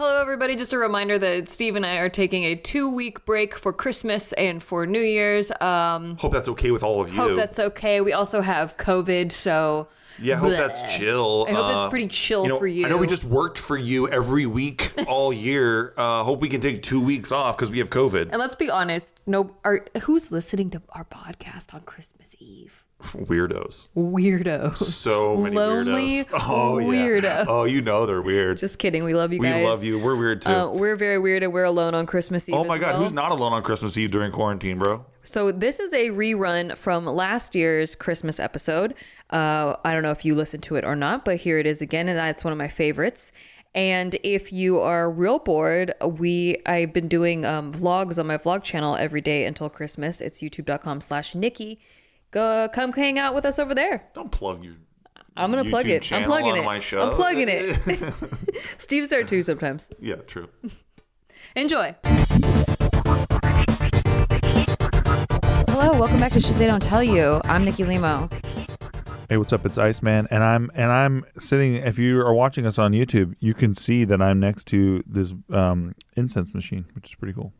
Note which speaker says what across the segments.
Speaker 1: everybody. Just a reminder that Steve and I are taking a two week break for Christmas and for New Year's. Um,
Speaker 2: Hope that's okay with all of you.
Speaker 1: hope that's okay. We also have COVID, so
Speaker 2: yeah, hope
Speaker 1: Bleh.
Speaker 2: that's chill.
Speaker 1: I hope
Speaker 2: Uh,
Speaker 1: that's pretty chill
Speaker 2: you know,
Speaker 1: for you.
Speaker 2: I know we just worked for you every week all year. Uh, hope we can take two weeks off because we have COVID.
Speaker 1: And let's be honest, no, are, who's listening to our podcast on Christmas Eve?
Speaker 2: Weirdos.
Speaker 1: Weirdos.
Speaker 2: So many
Speaker 1: Lonely
Speaker 2: weirdos. Oh, yeah.
Speaker 1: weirdos.
Speaker 2: Oh, you know they're weird.
Speaker 1: Just kidding. We love you
Speaker 2: we
Speaker 1: guys.
Speaker 2: love you. We're weird too.
Speaker 1: Uh, we're very weird and we're alone on Christmas Eve.
Speaker 2: oh my
Speaker 1: as
Speaker 2: God,
Speaker 1: well.
Speaker 2: who's not alone on Christmas Eve during quarantine, bro?
Speaker 1: So this is a rerun from last year's Christmas episode. Uh, I don't know if you listened to it or not, but here it is again, and that's one of my favorites. And if you are real bored, we I've been doing um, vlogs on my vlog channel every day until Christmas. It's youtube.com slash Nikki. Go come hang out with us over there.
Speaker 2: Don't plug your.
Speaker 1: I'm gonna plug
Speaker 2: YouTube
Speaker 1: it. I'm
Speaker 2: channel
Speaker 1: plugging
Speaker 2: on
Speaker 1: it.
Speaker 2: my show.
Speaker 1: I'm plugging it. Steve's there too sometimes.
Speaker 2: Yeah, true.
Speaker 1: Enjoy.
Speaker 3: Hello, welcome back to Shit They Don't Tell You. I'm Nikki Limo.
Speaker 4: Hey, what's up? It's Iceman, and I'm and I'm sitting. If you are watching us on YouTube, you can see that I'm next to this um, incense machine, which is pretty cool.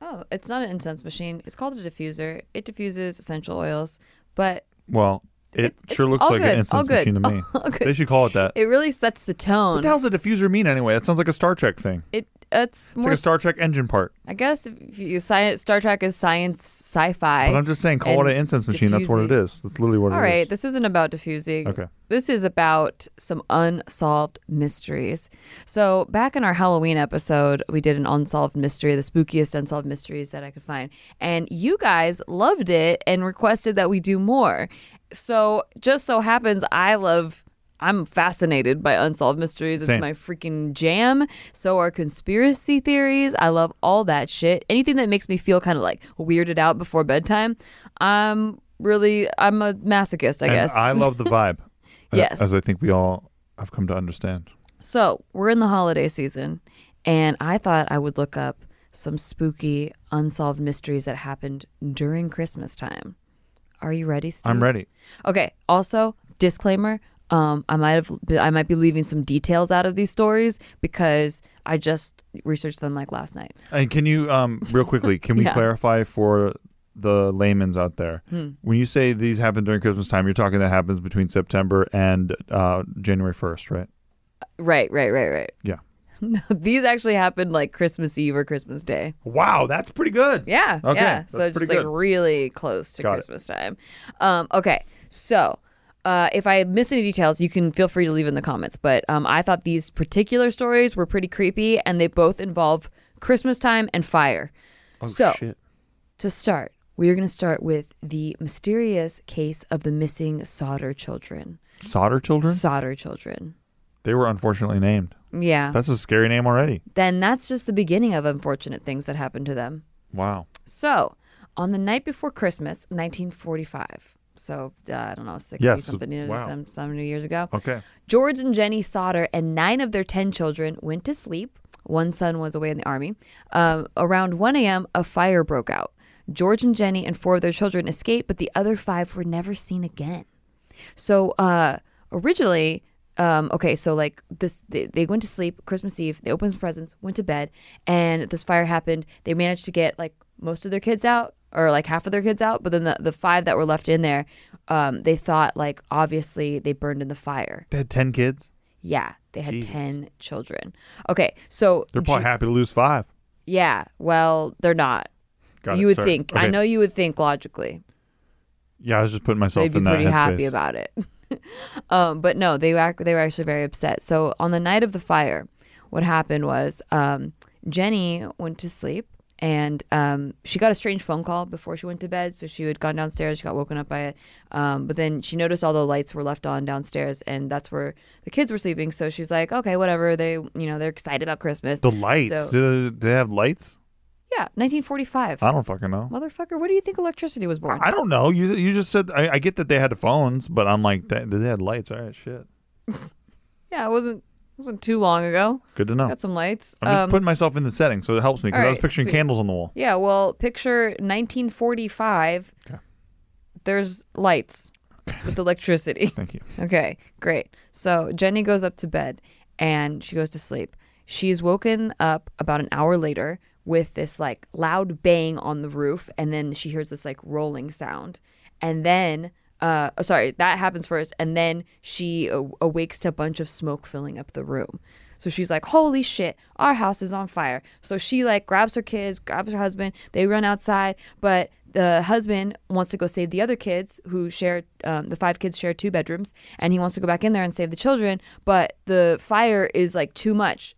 Speaker 3: Oh, it's not an incense machine. It's called a diffuser. It diffuses essential oils, but
Speaker 4: Well, it
Speaker 3: It's-
Speaker 4: sure
Speaker 3: it's
Speaker 4: looks
Speaker 3: all
Speaker 4: like
Speaker 3: good,
Speaker 4: an
Speaker 3: all
Speaker 4: incense
Speaker 3: good,
Speaker 4: machine to me.
Speaker 3: all good.
Speaker 4: They should call it that.
Speaker 3: it really sets the
Speaker 4: what
Speaker 3: tone.
Speaker 4: the hell's a diffuser mean anyway? That sounds like a Star Trek thing.
Speaker 3: It it's
Speaker 4: It's
Speaker 3: more.
Speaker 4: like a Star Trek engine part.
Speaker 3: I guess if you, science, Star Trek is science sci-fi.
Speaker 4: But I'm just saying, call it
Speaker 3: and
Speaker 4: an incense machine. That's what it
Speaker 3: diffusing.
Speaker 4: is. That's literally what
Speaker 3: All
Speaker 4: it is.
Speaker 3: right, this isn't about diffusing.
Speaker 4: Okay.
Speaker 3: This is about some unsolved mysteries. So, back in our Halloween episode, we did an unsolved mystery, the spookiest unsolved mysteries that I could find. And you guys loved it and requested that we do more. So, just so happens, I love. I'm fascinated by unsolved mysteries. It's
Speaker 4: Same.
Speaker 3: my freaking jam. So are conspiracy theories. I love all that shit. Anything that makes me feel kind of like weirded out before bedtime. I'm really I'm a masochist, I
Speaker 4: And
Speaker 3: guess.
Speaker 4: I love the vibe. uh,
Speaker 3: Yes.
Speaker 4: As I think we all have come to understand.
Speaker 3: So we're in the holiday season, and I thought I would look up some spooky unsolved mysteries that happened during Christmas time. Are you ready, Steve?
Speaker 4: I'm ready.
Speaker 3: Okay. Also, disclaimer: um, I might have I might be leaving some details out of these stories because I just researched them like last night.
Speaker 4: And can you, um, real quickly, can we
Speaker 3: Yeah. Hmm.
Speaker 4: clarify for the layman's out there? When you say these happen during Christmas time, you're talking that happens between September and uh, January 1st, right?
Speaker 3: Right, right, right, right.
Speaker 4: Yeah.
Speaker 3: No, these actually happened like Christmas Eve or Christmas Day.
Speaker 4: Wow, that's pretty good.
Speaker 3: Yeah.
Speaker 4: Okay,
Speaker 3: Yeah.
Speaker 4: that's
Speaker 3: So just
Speaker 4: pretty
Speaker 3: like
Speaker 4: good.
Speaker 3: really close to
Speaker 4: Got it.
Speaker 3: Christmas time. Um, okay. So uh, if I miss any details, you can feel free to leave in the comments. But um, I thought these particular stories were pretty creepy and they both involve Christmas time and fire.
Speaker 4: Oh,
Speaker 3: So-
Speaker 4: shit.
Speaker 3: To start, we are going to start with the mysterious case of the missing solder children.
Speaker 4: Solder children?
Speaker 3: Solder children.
Speaker 4: They were unfortunately named.
Speaker 3: Yeah.
Speaker 4: That's a scary name already.
Speaker 3: then that's just the beginning of unfortunate things that happened to them.
Speaker 4: Wow.
Speaker 3: So, on the night before Christmas, 1945. So, uh, I don't know, 60
Speaker 4: Yes,
Speaker 3: something years,
Speaker 4: wow.
Speaker 3: some, some years ago.
Speaker 4: Okay.
Speaker 3: George and Jenny Sauter and nine of their 10 children went to sleep. One son was away in the army. Um, around 1 a.m., a fire broke out. George and Jenny and four of their children escaped, but the other five were never seen again. So uh, originally, um, okay, so like this, they, they went to sleep Christmas Eve. They opened some presents, went to bed, and this fire happened. They managed to get like most of their kids out, or like half of their kids out, but then the, the five that were left in there, um, they thought like obviously they burned in the fire.
Speaker 4: They had 10 kids.
Speaker 3: Yeah, they had
Speaker 4: Jesus.
Speaker 3: ten children. Okay, so
Speaker 4: They're probably
Speaker 3: Ju-
Speaker 4: happy to lose five.
Speaker 3: yeah, well they're not.
Speaker 4: Got
Speaker 3: you
Speaker 4: it.
Speaker 3: would
Speaker 4: Sorry.
Speaker 3: think. I
Speaker 4: Okay.
Speaker 3: know you would think logically.
Speaker 4: Yeah, I was just putting myself
Speaker 3: they'd be
Speaker 4: in that
Speaker 3: pretty happy
Speaker 4: headspace.
Speaker 3: about it. um, but no, they were ac- they were actually very upset. So on the night of the fire, what happened was um, Jenny went to sleep and um, she got a strange phone call before she went to bed. So she had gone downstairs. She got woken up by it, um, but then she noticed all the lights were left on downstairs, and that's where the kids were sleeping. So she's like, okay, whatever. They you know they're excited about Christmas.
Speaker 4: the lights.
Speaker 3: So-
Speaker 4: Do they have lights?
Speaker 3: yeah, 1945.
Speaker 4: I don't fucking know.
Speaker 3: Motherfucker, where do you think electricity was born?
Speaker 4: I don't know. You you just said I, I get that they had phones, but I'm like they, they had lights. All right, shit.
Speaker 3: yeah, it wasn't wasn't too long ago.
Speaker 4: Good to know.
Speaker 3: Got some lights.
Speaker 4: I'm just
Speaker 3: Um,
Speaker 4: putting myself in the setting, so it helps me because I was
Speaker 3: alright,
Speaker 4: picturing
Speaker 3: sweet.
Speaker 4: candles on the wall.
Speaker 3: Yeah, well, picture 1945.
Speaker 4: Okay.
Speaker 3: There's lights with electricity.
Speaker 4: Thank you.
Speaker 3: okay, great. So Jenny goes up to bed and she goes to sleep. She is woken up about an hour later with this like loud bang on the roof, and then she hears this like rolling sound, and then. Uh, oh, sorry, that happens first, and then she a- awakes to a bunch of smoke filling up the room. So she's like, "Holy shit, our house is on fire!" So she like grabs her kids, grabs her husband. They run outside, but the husband wants to go save the other kids who share um, the five kids share two bedrooms, and he wants to go back in there and save the children. But the fire is like too much.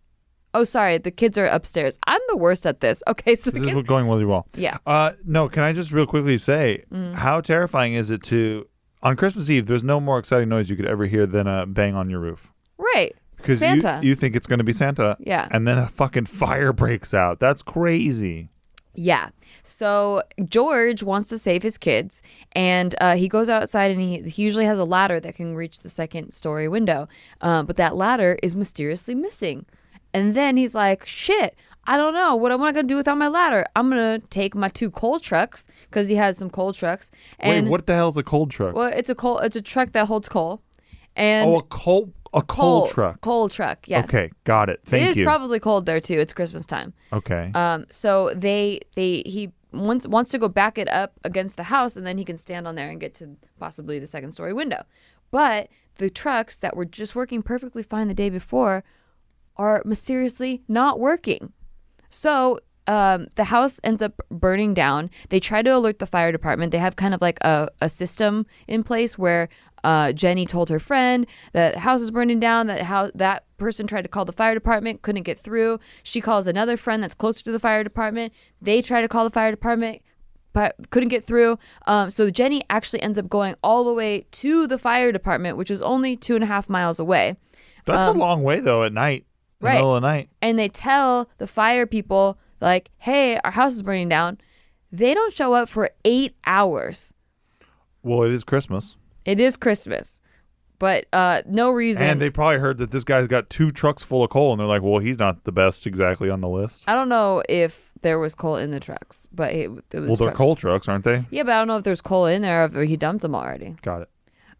Speaker 3: Oh, sorry, the kids are upstairs. I'm the worst at this. Okay, so the
Speaker 4: This
Speaker 3: kids
Speaker 4: is going really well.
Speaker 3: Yeah. Mm.
Speaker 4: Uh, no, can I just real quickly say how terrifying is it to on Christmas Eve? There's no more exciting noise you could ever hear than a bang on your roof
Speaker 3: right.
Speaker 4: because you,
Speaker 3: Santa.
Speaker 4: you think it's going to be Santa.
Speaker 3: Yeah.
Speaker 4: And then a fucking fire breaks out. That's crazy.
Speaker 3: Yeah. So George wants to save his kids, and uh, he goes outside, and he, he usually has a ladder that can reach the second story window, um, but that ladder is mysteriously missing. And then he's like, "Shit, I don't know what am I gonna do without my ladder. I'm gonna take my two coal trucks because he has some coal trucks. And
Speaker 4: Wait, what the hell is a cold truck?
Speaker 3: Well, it's a coal. It's a truck that holds coal, and
Speaker 4: oh, a coal a coal, truck.
Speaker 3: Coal truck. Yes.
Speaker 4: Okay, got it. Thank
Speaker 3: it is
Speaker 4: you.
Speaker 3: probably cold there too. It's Christmas time.
Speaker 4: okay.
Speaker 3: Um, so they they he wants wants to go back it up against the house, and then he can stand on there and get to possibly the second story window. But the trucks that were just working perfectly fine the day before are mysteriously not working. So um, the house ends up burning down. They try to alert the fire department. They have kind of like a, a system in place where uh, Jenny told her friend that the house is burning down. That how that person tried to call the fire department, couldn't get through. She calls another friend that's closer to the fire department. They try to call the fire department, but couldn't get through. Um, so Jenny actually ends up going all the way to the fire department, which is only two and a half miles away.
Speaker 4: That's a long way though. At night, in
Speaker 3: Um, right.
Speaker 4: the middle of the night.
Speaker 3: and they tell the fire people like hey our house is burning down they don't show up for eight hours
Speaker 4: Well, it is Christmas,
Speaker 3: it is christmas but uh no reason
Speaker 4: and they probably heard that this guy's got two trucks full of coal, and they're like, "Well, he's not the best exactly on the list."
Speaker 3: i don't know if there was coal in the trucks but it, it was
Speaker 4: Well, they're
Speaker 3: trucks.
Speaker 4: coal trucks, aren't they?
Speaker 3: yeah but i don't know if there's coal in there or if he dumped them already
Speaker 4: Got it.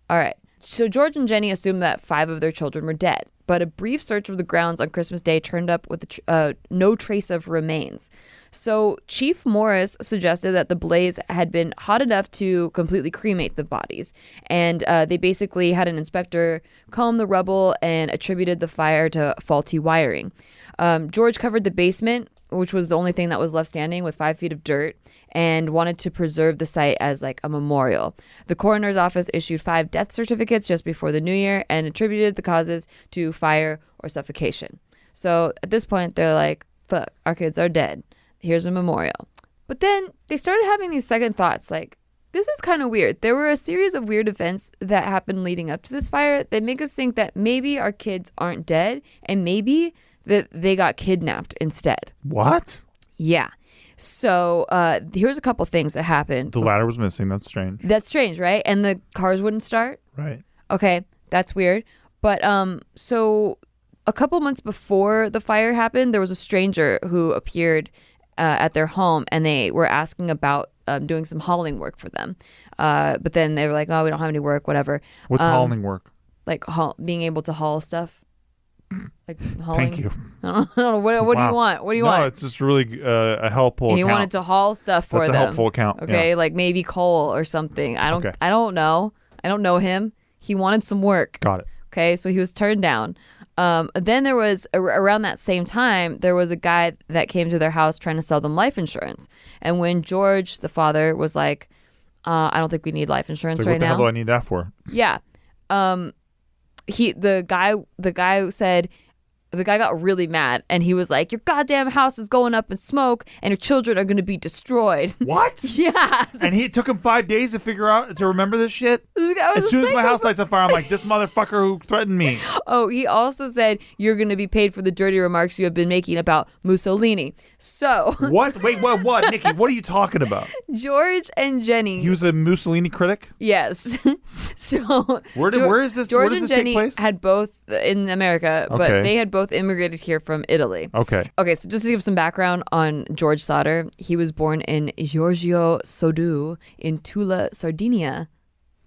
Speaker 3: All right. So George and Jenny assumed that five of their children were dead, but a brief search of the grounds on Christmas Day turned up with a tr- uh, no trace of remains. So Chief Morris suggested that the blaze had been hot enough to completely cremate the bodies, and uh, they basically had an inspector comb the rubble and attributed the fire to faulty wiring. Um, George covered the basement, which was the only thing that was left standing, with five feet of dirt, and wanted to preserve the site as like a memorial. The coroner's office issued five death certificates just before the new year and attributed the causes to fire or suffocation. So at this point, they're like, "Fuck, our kids are dead. Here's a memorial." But then they started having these second thoughts, like, this is kind of weird. There were a series of weird events that happened leading up to this fire that make us think that maybe our kids aren't dead and maybe that they got kidnapped instead.
Speaker 4: What?
Speaker 3: Yeah. So uh, here's a couple things that happened.
Speaker 4: The ladder was missing. That's strange.
Speaker 3: That's strange, right? And the cars wouldn't start.
Speaker 4: Right.
Speaker 3: Okay, that's weird. But um, so a couple months before the fire happened, there was a stranger who appeared uh, at their home, and they were asking about um, doing some hauling work for them. Uh, but then they were like, "Oh, we don't have any work, whatever."
Speaker 4: What's
Speaker 3: Um,
Speaker 4: hauling work?
Speaker 3: Like haul- being able to haul stuff. Like hauling.
Speaker 4: Thank you.
Speaker 3: I don't know. What, what do
Speaker 4: Wow.
Speaker 3: you want? What do you
Speaker 4: no,
Speaker 3: want?
Speaker 4: it's just really uh, a helpful.
Speaker 3: And he
Speaker 4: account.
Speaker 3: wanted to haul stuff for
Speaker 4: That's a
Speaker 3: them.
Speaker 4: helpful account,
Speaker 3: Okay, like maybe coal or something. I don't.
Speaker 4: Okay.
Speaker 3: I don't know. I don't know him. He wanted some work.
Speaker 4: Got it.
Speaker 3: Okay, so he was turned down. Um, then there was ar- around that same time there was a guy that came to their house trying to sell them life insurance, and when George, the father, was like, uh, "I don't think we need life insurance
Speaker 4: Like,
Speaker 3: right
Speaker 4: what the
Speaker 3: now."
Speaker 4: hell do I need that for?
Speaker 3: Yeah. Um he the guy the guy said the guy got really mad and he was like, Your goddamn house is going up in smoke and your children are gonna be destroyed.
Speaker 4: What?
Speaker 3: yeah.
Speaker 4: And he it took him five days to figure out to remember this shit.
Speaker 3: This guy was
Speaker 4: As
Speaker 3: a
Speaker 4: soon as my
Speaker 3: psycho.
Speaker 4: house lights on fire, I'm like, this motherfucker who threatened me.
Speaker 3: Oh, he also said you're gonna be paid for the dirty remarks you have been making about Mussolini. So
Speaker 4: What? Wait, what? What, Nikki? What are you talking about?
Speaker 3: George and Jenny
Speaker 4: He was a Mussolini critic.
Speaker 3: Yes. so
Speaker 4: Where did-
Speaker 3: Geor-
Speaker 4: where is this-
Speaker 3: George
Speaker 4: where does
Speaker 3: and
Speaker 4: this take
Speaker 3: Jenny
Speaker 4: place?
Speaker 3: had both in America,
Speaker 4: Okay.
Speaker 3: but they had both immigrated here from Italy.
Speaker 4: Okay.
Speaker 3: Okay, so just to give some background on George Sauter, he was born in Giorgio Sodu in Tula, Sardinia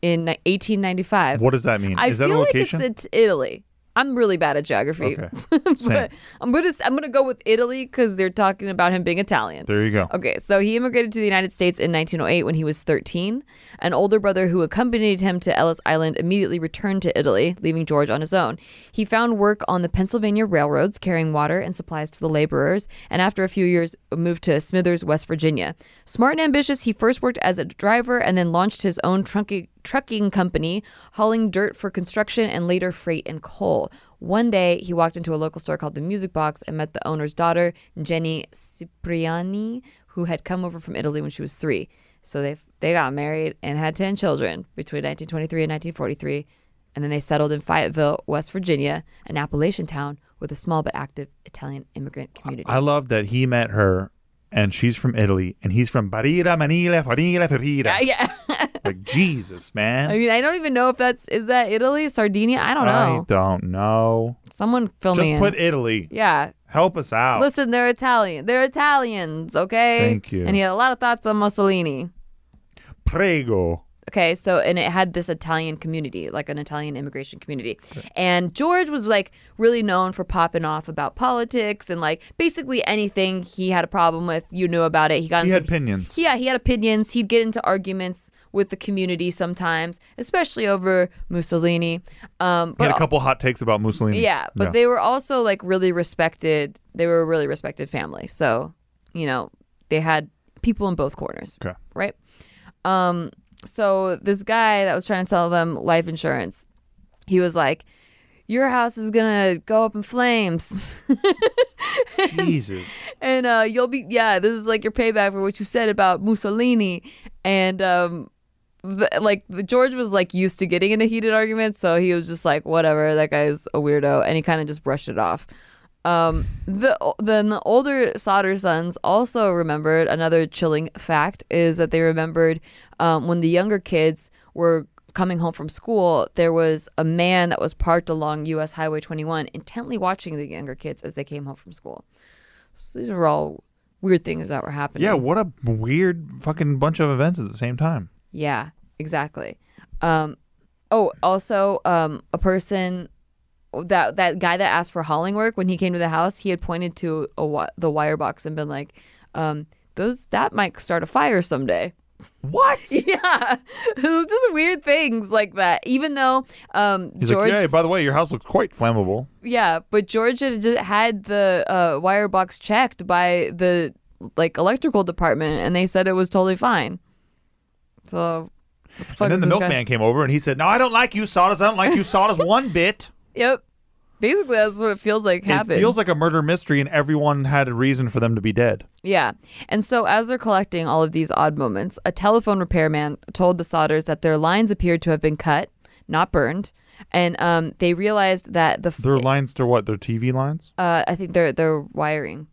Speaker 3: in 1895.
Speaker 4: What does that mean?
Speaker 3: I
Speaker 4: Is that
Speaker 3: feel
Speaker 4: a
Speaker 3: like
Speaker 4: location?
Speaker 3: it's in Italy. I'm really bad at geography.
Speaker 4: Okay. Same.
Speaker 3: but I'm gonna I'm gonna go with Italy because they're talking about him being Italian.
Speaker 4: There you go.
Speaker 3: Okay, so he immigrated to the United States in 1908 when he was 13. An older brother who accompanied him to Ellis Island immediately returned to Italy, leaving George on his own. He found work on the Pennsylvania railroads, carrying water and supplies to the laborers, and after a few years, moved to Smithers, West Virginia. Smart and ambitious, he first worked as a driver and then launched his own trunking, trucking company, hauling dirt for construction and later freight and coal. One day, he walked into a local store called the Music Box and met the owner's daughter, Jenny Cipriani, who had come over from Italy when she was three. So they they got married and had ten children between 1923 and 1943, and then they settled in Fayetteville, West Virginia, an Appalachian town with a small but active Italian immigrant community.
Speaker 4: I love that he met her and she's from Italy and he's from Barilla, Manila, Farina, Ferrira.
Speaker 3: yeah,
Speaker 4: Like, Jesus, man.
Speaker 3: I mean, I don't even know if that's is that Italy, Sardinia. I don't
Speaker 4: I
Speaker 3: know.
Speaker 4: don't know.
Speaker 3: Someone fill me
Speaker 4: Just
Speaker 3: in.
Speaker 4: put Italy.
Speaker 3: yeah,
Speaker 4: Help us out.
Speaker 3: Listen, they're Italian. They're Italians, okay?
Speaker 4: Oh. Thank you.
Speaker 3: And he had a lot of thoughts on Mussolini.
Speaker 4: Prego.
Speaker 3: Okay, so and it had this Italian community, like an Italian immigration community. And George was like really known for popping off about politics and like basically anything he had a problem with, you knew about it. He got
Speaker 4: He
Speaker 3: in
Speaker 4: had
Speaker 3: some-
Speaker 4: opinions.
Speaker 3: yeah, he had opinions. He'd get into arguments with the community sometimes, especially over Mussolini. Um,
Speaker 4: He
Speaker 3: but
Speaker 4: had a couple hot takes about Mussolini.
Speaker 3: yeah, but they were also like really respected. They were a really respected family. So, you know, they had people in both corners,
Speaker 4: Okay.
Speaker 3: right? Um, so this guy that was trying to sell them life insurance, he was like, "Your house is gonna go up in flames."
Speaker 4: Jesus.
Speaker 3: and uh, you'll be yeah this is like your payback for what you said about mussolini and um the, like the george was like used to getting into heated arguments so he was just like whatever that guy's a weirdo and he kind of just brushed it off um the then the older solder sons also remembered another chilling fact is that they remembered um, when the younger kids were coming home from school, there was a man that was parked along U.S. Highway 21, intently watching the younger kids as they came home from school. So these were all weird things that were happening.
Speaker 4: Yeah, what a weird fucking bunch of events at the same time.
Speaker 3: Yeah, exactly. Um, oh, also, um, a person that that guy that asked for hauling work when he came to the house, he had pointed to a wi- the wire box and been like, um, "Those that might start a fire someday."
Speaker 4: What?
Speaker 3: Yeah, it was just weird things like that. Even though um,
Speaker 4: He's
Speaker 3: George,
Speaker 4: like, yeah, by the way, your house looks quite flammable.
Speaker 3: yeah, but George had just had the uh, wire box checked by the like electrical department, and they said it was totally fine. So, what the fuck
Speaker 4: and then
Speaker 3: is
Speaker 4: the
Speaker 3: this guy-
Speaker 4: milkman came over and he said, No, I don't like you, Sawdust. I don't like you, Sawdust, one bit.
Speaker 3: Yep. Basically, that's what it feels like happened.
Speaker 4: It feels like a murder mystery, and everyone had a reason for them to be dead.
Speaker 3: yeah. And so, as they're collecting all of these odd moments, a telephone repairman told the Sodders that their lines appeared to have been cut, not burned. And um, they realized that the, f-
Speaker 4: Their lines to what? Their TV lines
Speaker 3: uh, I think they're, they're wiring.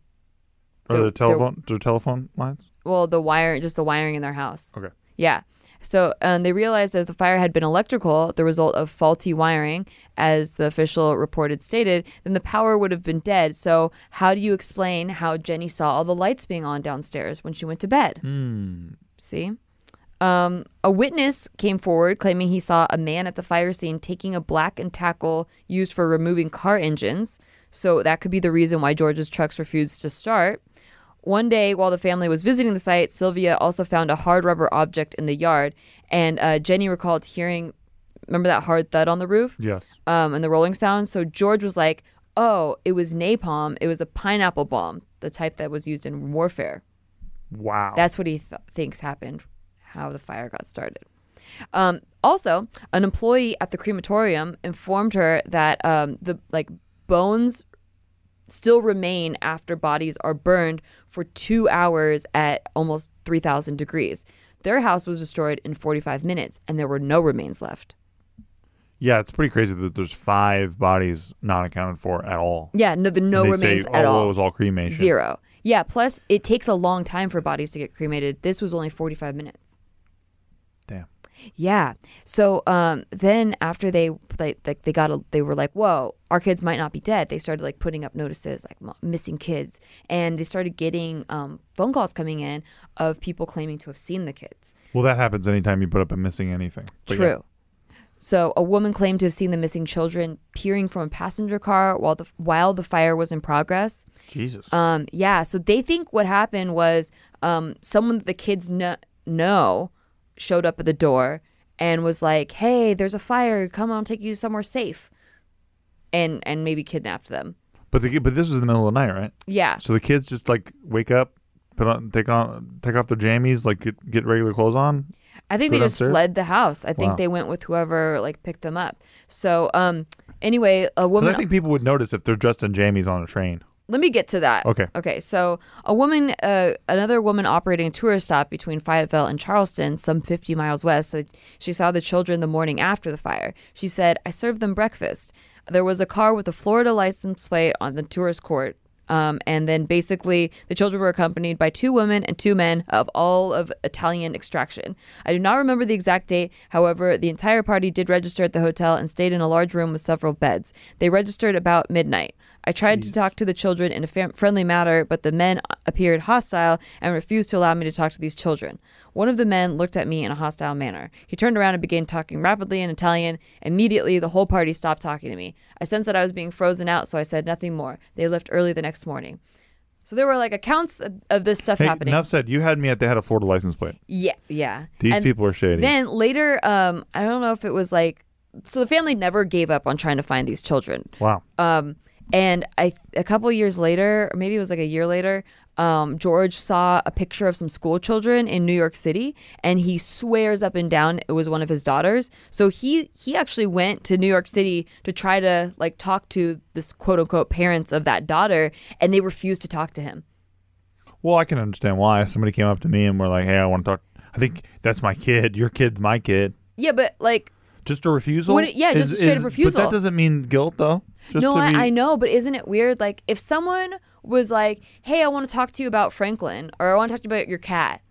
Speaker 4: or
Speaker 3: Their-
Speaker 4: their telephone? Their telephone lines.
Speaker 3: Well, the wire, just the wiring in their house.
Speaker 4: Okay.
Speaker 3: Yeah. So um, they realized that the fire had been electrical, the result of faulty wiring, as the official reported stated, then the power would have been dead. So, how do you explain how Jenny saw all the lights being on downstairs when she went to bed? See? Um, a witness came forward claiming he saw a man at the fire scene taking a black and tackle used for removing car engines. So that could be the reason why George's trucks refused to start. One day, while the family was visiting the site, Sylvia also found a hard rubber object in the yard, and uh, Jenny recalled hearing, remember that hard thud on the roof?
Speaker 4: Yes.
Speaker 3: um, and the rolling sound. So George was like, "Oh, it was napalm. It was a pineapple bomb, the type that was used in warfare."
Speaker 4: Wow.
Speaker 3: That's what he th- thinks happened, how the fire got started. Um, also, an employee at the crematorium informed her that um, the like bones still remain after bodies are burned for two hours at almost three thousand degrees. Their house was destroyed in forty-five minutes, and there were no remains left.
Speaker 4: yeah, it's pretty crazy that there's five bodies not accounted for at all.
Speaker 3: Yeah, no, the no
Speaker 4: And they
Speaker 3: remains
Speaker 4: say,
Speaker 3: at
Speaker 4: oh, well,
Speaker 3: all.
Speaker 4: It was all cremation.
Speaker 3: Zero. Yeah. Plus, it takes a long time for bodies to get cremated. This was only 45 minutes.
Speaker 4: Damn.
Speaker 3: Yeah. So um, then after they like they, they got a, they were like, whoa, our kids might not be dead. They started like putting up notices like m- missing kids, and they started getting um, phone calls coming in of people claiming to have seen the kids.
Speaker 4: Well, that happens anytime you put up a missing anything. But yeah.
Speaker 3: True. So, a woman claimed to have seen the missing children peering from a passenger car while the while the fire was in progress.
Speaker 4: Jesus.
Speaker 3: Um, yeah, so they think what happened was um, someone that the kids kn- know showed up at the door and was like, "Hey, there's a fire. Come on, I'll take you somewhere safe," and and maybe kidnapped them.
Speaker 4: but the, but this was in the middle of the night, right?
Speaker 3: Yeah,
Speaker 4: So the kids just like wake up, put on take on take off their jammies, like get, get regular clothes on.
Speaker 3: I think
Speaker 4: Go
Speaker 3: they just
Speaker 4: downstairs?
Speaker 3: fled the house. I think
Speaker 4: Wow.
Speaker 3: they went with whoever like picked them up. So, um, anyway, a
Speaker 4: 'Cause
Speaker 3: woman.
Speaker 4: I think people would notice if they're dressed in jammies on a train.
Speaker 3: let me get to that.
Speaker 4: Okay.
Speaker 3: Okay. So a woman, uh, another woman operating a tourist stop between Fayetteville and Charleston, some 50 miles west, said she saw the children the morning after the fire. She said, "I served them breakfast. There was a car with a Florida license plate on the tourist court." Um, and then basically, the children were accompanied by two women and two men of all of Italian extraction. I do not remember the exact date. However, the entire party did register at the hotel and stayed in a large room with several beds. They registered about midnight. I tried to talk to the children in a fam- friendly manner, but the men appeared hostile and refused to allow me to talk to these children. One of the men looked at me in a hostile manner. He turned around and began talking rapidly in Italian. Immediately, the whole party stopped talking to me. I sensed that I was being frozen out, so I said nothing more. They left early the next morning. So there were like accounts of- of this stuff
Speaker 4: Hey,
Speaker 3: happening.
Speaker 4: enough said. You had me at they had a Florida license plate.
Speaker 3: Yeah, yeah.
Speaker 4: These
Speaker 3: And
Speaker 4: people are shady.
Speaker 3: Then later, um, I don't know if it was like, so the family never gave up on trying to find these children.
Speaker 4: wow.
Speaker 3: Um, and I a couple years later, or maybe it was like a year later, um, George saw a picture of some school children in New York City, and he swears up and down it was one of his daughters. So he he actually went to New York City to try to like talk to this quote unquote parents of that daughter, and they refused to talk to him.
Speaker 4: Well, I can understand why. If Somebody came up to me and were like, "Hey, I want to talk. I think that's my kid. Your kid's my kid."
Speaker 3: Yeah, but like
Speaker 4: Just a refusal.
Speaker 3: Would it- yeah, just a straight up refusal.
Speaker 4: But that doesn't mean guilt, though. Just
Speaker 3: no,
Speaker 4: to
Speaker 3: I,
Speaker 4: be-
Speaker 3: I know, but isn't it weird? Like, if someone was like, "Hey, I want to talk to you about Franklin," or "I want to talk to you about your cat,"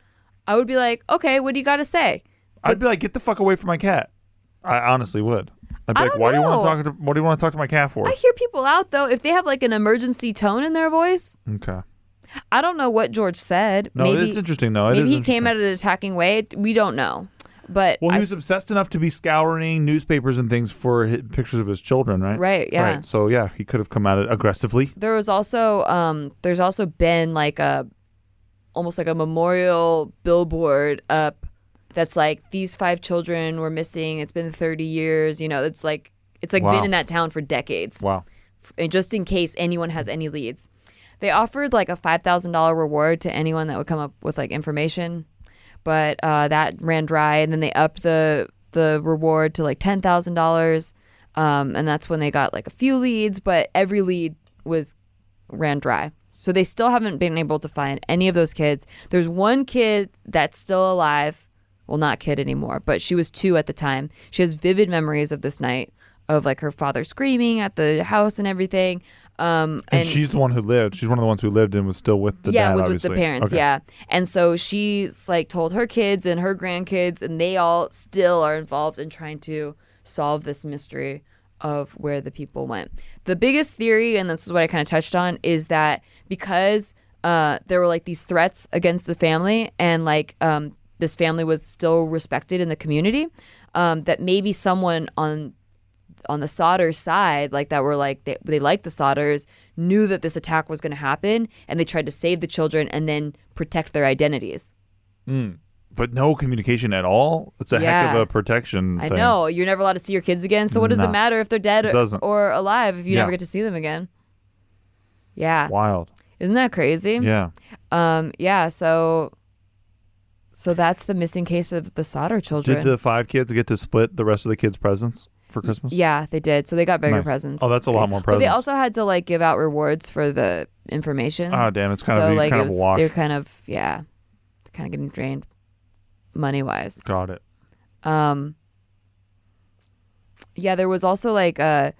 Speaker 3: I would be like, "Okay, what do you got to say?"
Speaker 4: I'd be like, "Get the fuck away from my cat." I honestly would. I'd be
Speaker 3: I
Speaker 4: like,
Speaker 3: don't
Speaker 4: "Why do you
Speaker 3: know.
Speaker 4: want to talk? To, what do you want to talk to my cat for?"
Speaker 3: I hear people out though if they have like an emergency tone in their voice.
Speaker 4: okay.
Speaker 3: I don't know what George said.
Speaker 4: No,
Speaker 3: maybe,
Speaker 4: it's interesting though. It
Speaker 3: maybe
Speaker 4: is
Speaker 3: he came
Speaker 4: interesting.
Speaker 3: at it an attacking way. We don't know, but
Speaker 4: Well,
Speaker 3: I-
Speaker 4: he was obsessed enough to be scouring newspapers and things for hi pictures of his children, right?
Speaker 3: Right, yeah.
Speaker 4: Right. So yeah, he could have come at it aggressively.
Speaker 3: there was also um, there's also been like a almost like a memorial billboard up that's like these five children were missing. It's been 30 years. You know, it's like it's like
Speaker 4: Wow.
Speaker 3: been in that town for decades.
Speaker 4: Wow.
Speaker 3: and just in case anyone has any leads. They offered like a five thousand dollar reward to anyone that would come up with like information, but uh, that ran dry. And then they upped the the reward to like ten thousand dollars, um, and that's when they got like a few leads, but every lead was ran dry. So they still haven't been able to find any of those kids. There's one kid that's still alive. Well, not kid anymore, but she was two at the time. She has vivid memories of this night of like her father screaming at the house and everything. Um,
Speaker 4: And, she's the one who lived. She's one of the ones who lived and was still with the
Speaker 3: yeah,
Speaker 4: dad.
Speaker 3: it was with
Speaker 4: obviously.
Speaker 3: the parents.
Speaker 4: Okay.
Speaker 3: Yeah, and so she's like told her kids and her grandkids, and they all still are involved in trying to solve this mystery of where the people went. The biggest theory, and this is what I kind of touched on, is that because uh, there were like these threats against the family, and like um, this family was still respected in the community, um, that maybe someone on on the Sodders side, like that were like they, they liked the Sodders, knew that this attack was going to happen, and they tried to save the children and then protect their identities.
Speaker 4: But no communication at all. It's a heck
Speaker 3: Yeah.
Speaker 4: of a protection.
Speaker 3: I
Speaker 4: thing.
Speaker 3: know you're never allowed to see your kids again, so what does
Speaker 4: Nah.
Speaker 3: it matter if they're dead
Speaker 4: It doesn't.
Speaker 3: or alive if you
Speaker 4: Yeah.
Speaker 3: never get to see them again? Yeah,
Speaker 4: Wild.
Speaker 3: isn't that crazy?
Speaker 4: Yeah.
Speaker 3: Um, yeah. So, so that's the missing case of the Sodder children.
Speaker 4: Did the five kids get to split the rest of the kids' presents for Christmas?
Speaker 3: yeah, they did. So they got bigger
Speaker 4: Nice.
Speaker 3: presents.
Speaker 4: Oh, that's a lot more
Speaker 3: But they
Speaker 4: presents.
Speaker 3: also had to like give out rewards for the information.
Speaker 4: Oh damn, it's kind
Speaker 3: so
Speaker 4: of
Speaker 3: like
Speaker 4: kind
Speaker 3: it
Speaker 4: of a
Speaker 3: was-
Speaker 4: wash.
Speaker 3: they're kind of yeah, they're kind of getting drained money wise.
Speaker 4: Got it.
Speaker 3: Um, yeah, there was also like a.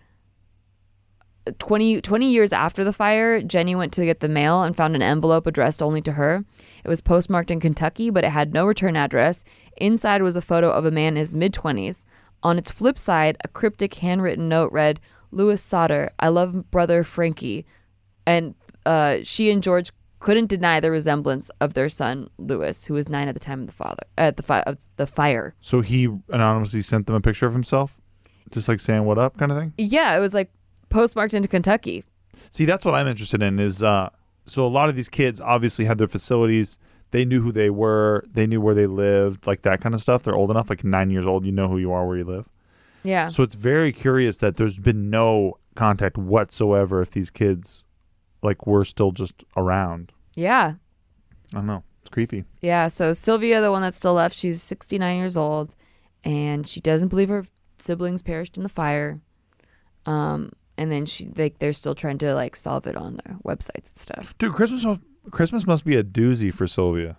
Speaker 3: 20, 20 years after the fire, Jenny went to get the mail and found an envelope addressed only to her. It was postmarked in Kentucky, but it had no return address. Inside was a photo of a man in his mid 20s. On its flip side, a cryptic handwritten note read, Lewis Sauter, I love brother Frankie. And uh, she and George couldn't deny the resemblance of their son, Lewis, who was nine at the time of the, father, at the, fi- of the fire.
Speaker 4: So he anonymously sent them a picture of himself. Just like saying what up kind of thing.
Speaker 3: Yeah, it was like postmarked into Kentucky.
Speaker 4: See, that's what I'm interested in is uh so a lot of these kids obviously had their facilities. They knew who they were, they knew where they lived, like that kind of stuff. They're old enough, like 9 years old, you know who you are where you live.
Speaker 3: Yeah.
Speaker 4: So it's very curious that there's been no contact whatsoever if these kids like were still just around.
Speaker 3: Yeah.
Speaker 4: I don't know. It's creepy.
Speaker 3: Yeah, so Sylvia, the one that's still left, she's 69 years old, and she doesn't believe her siblings perished in the fire. Um, and then she like they're still trying to like solve it on their websites and stuff.
Speaker 4: Dude, Christmas must, Christmas must be a doozy for Sylvia,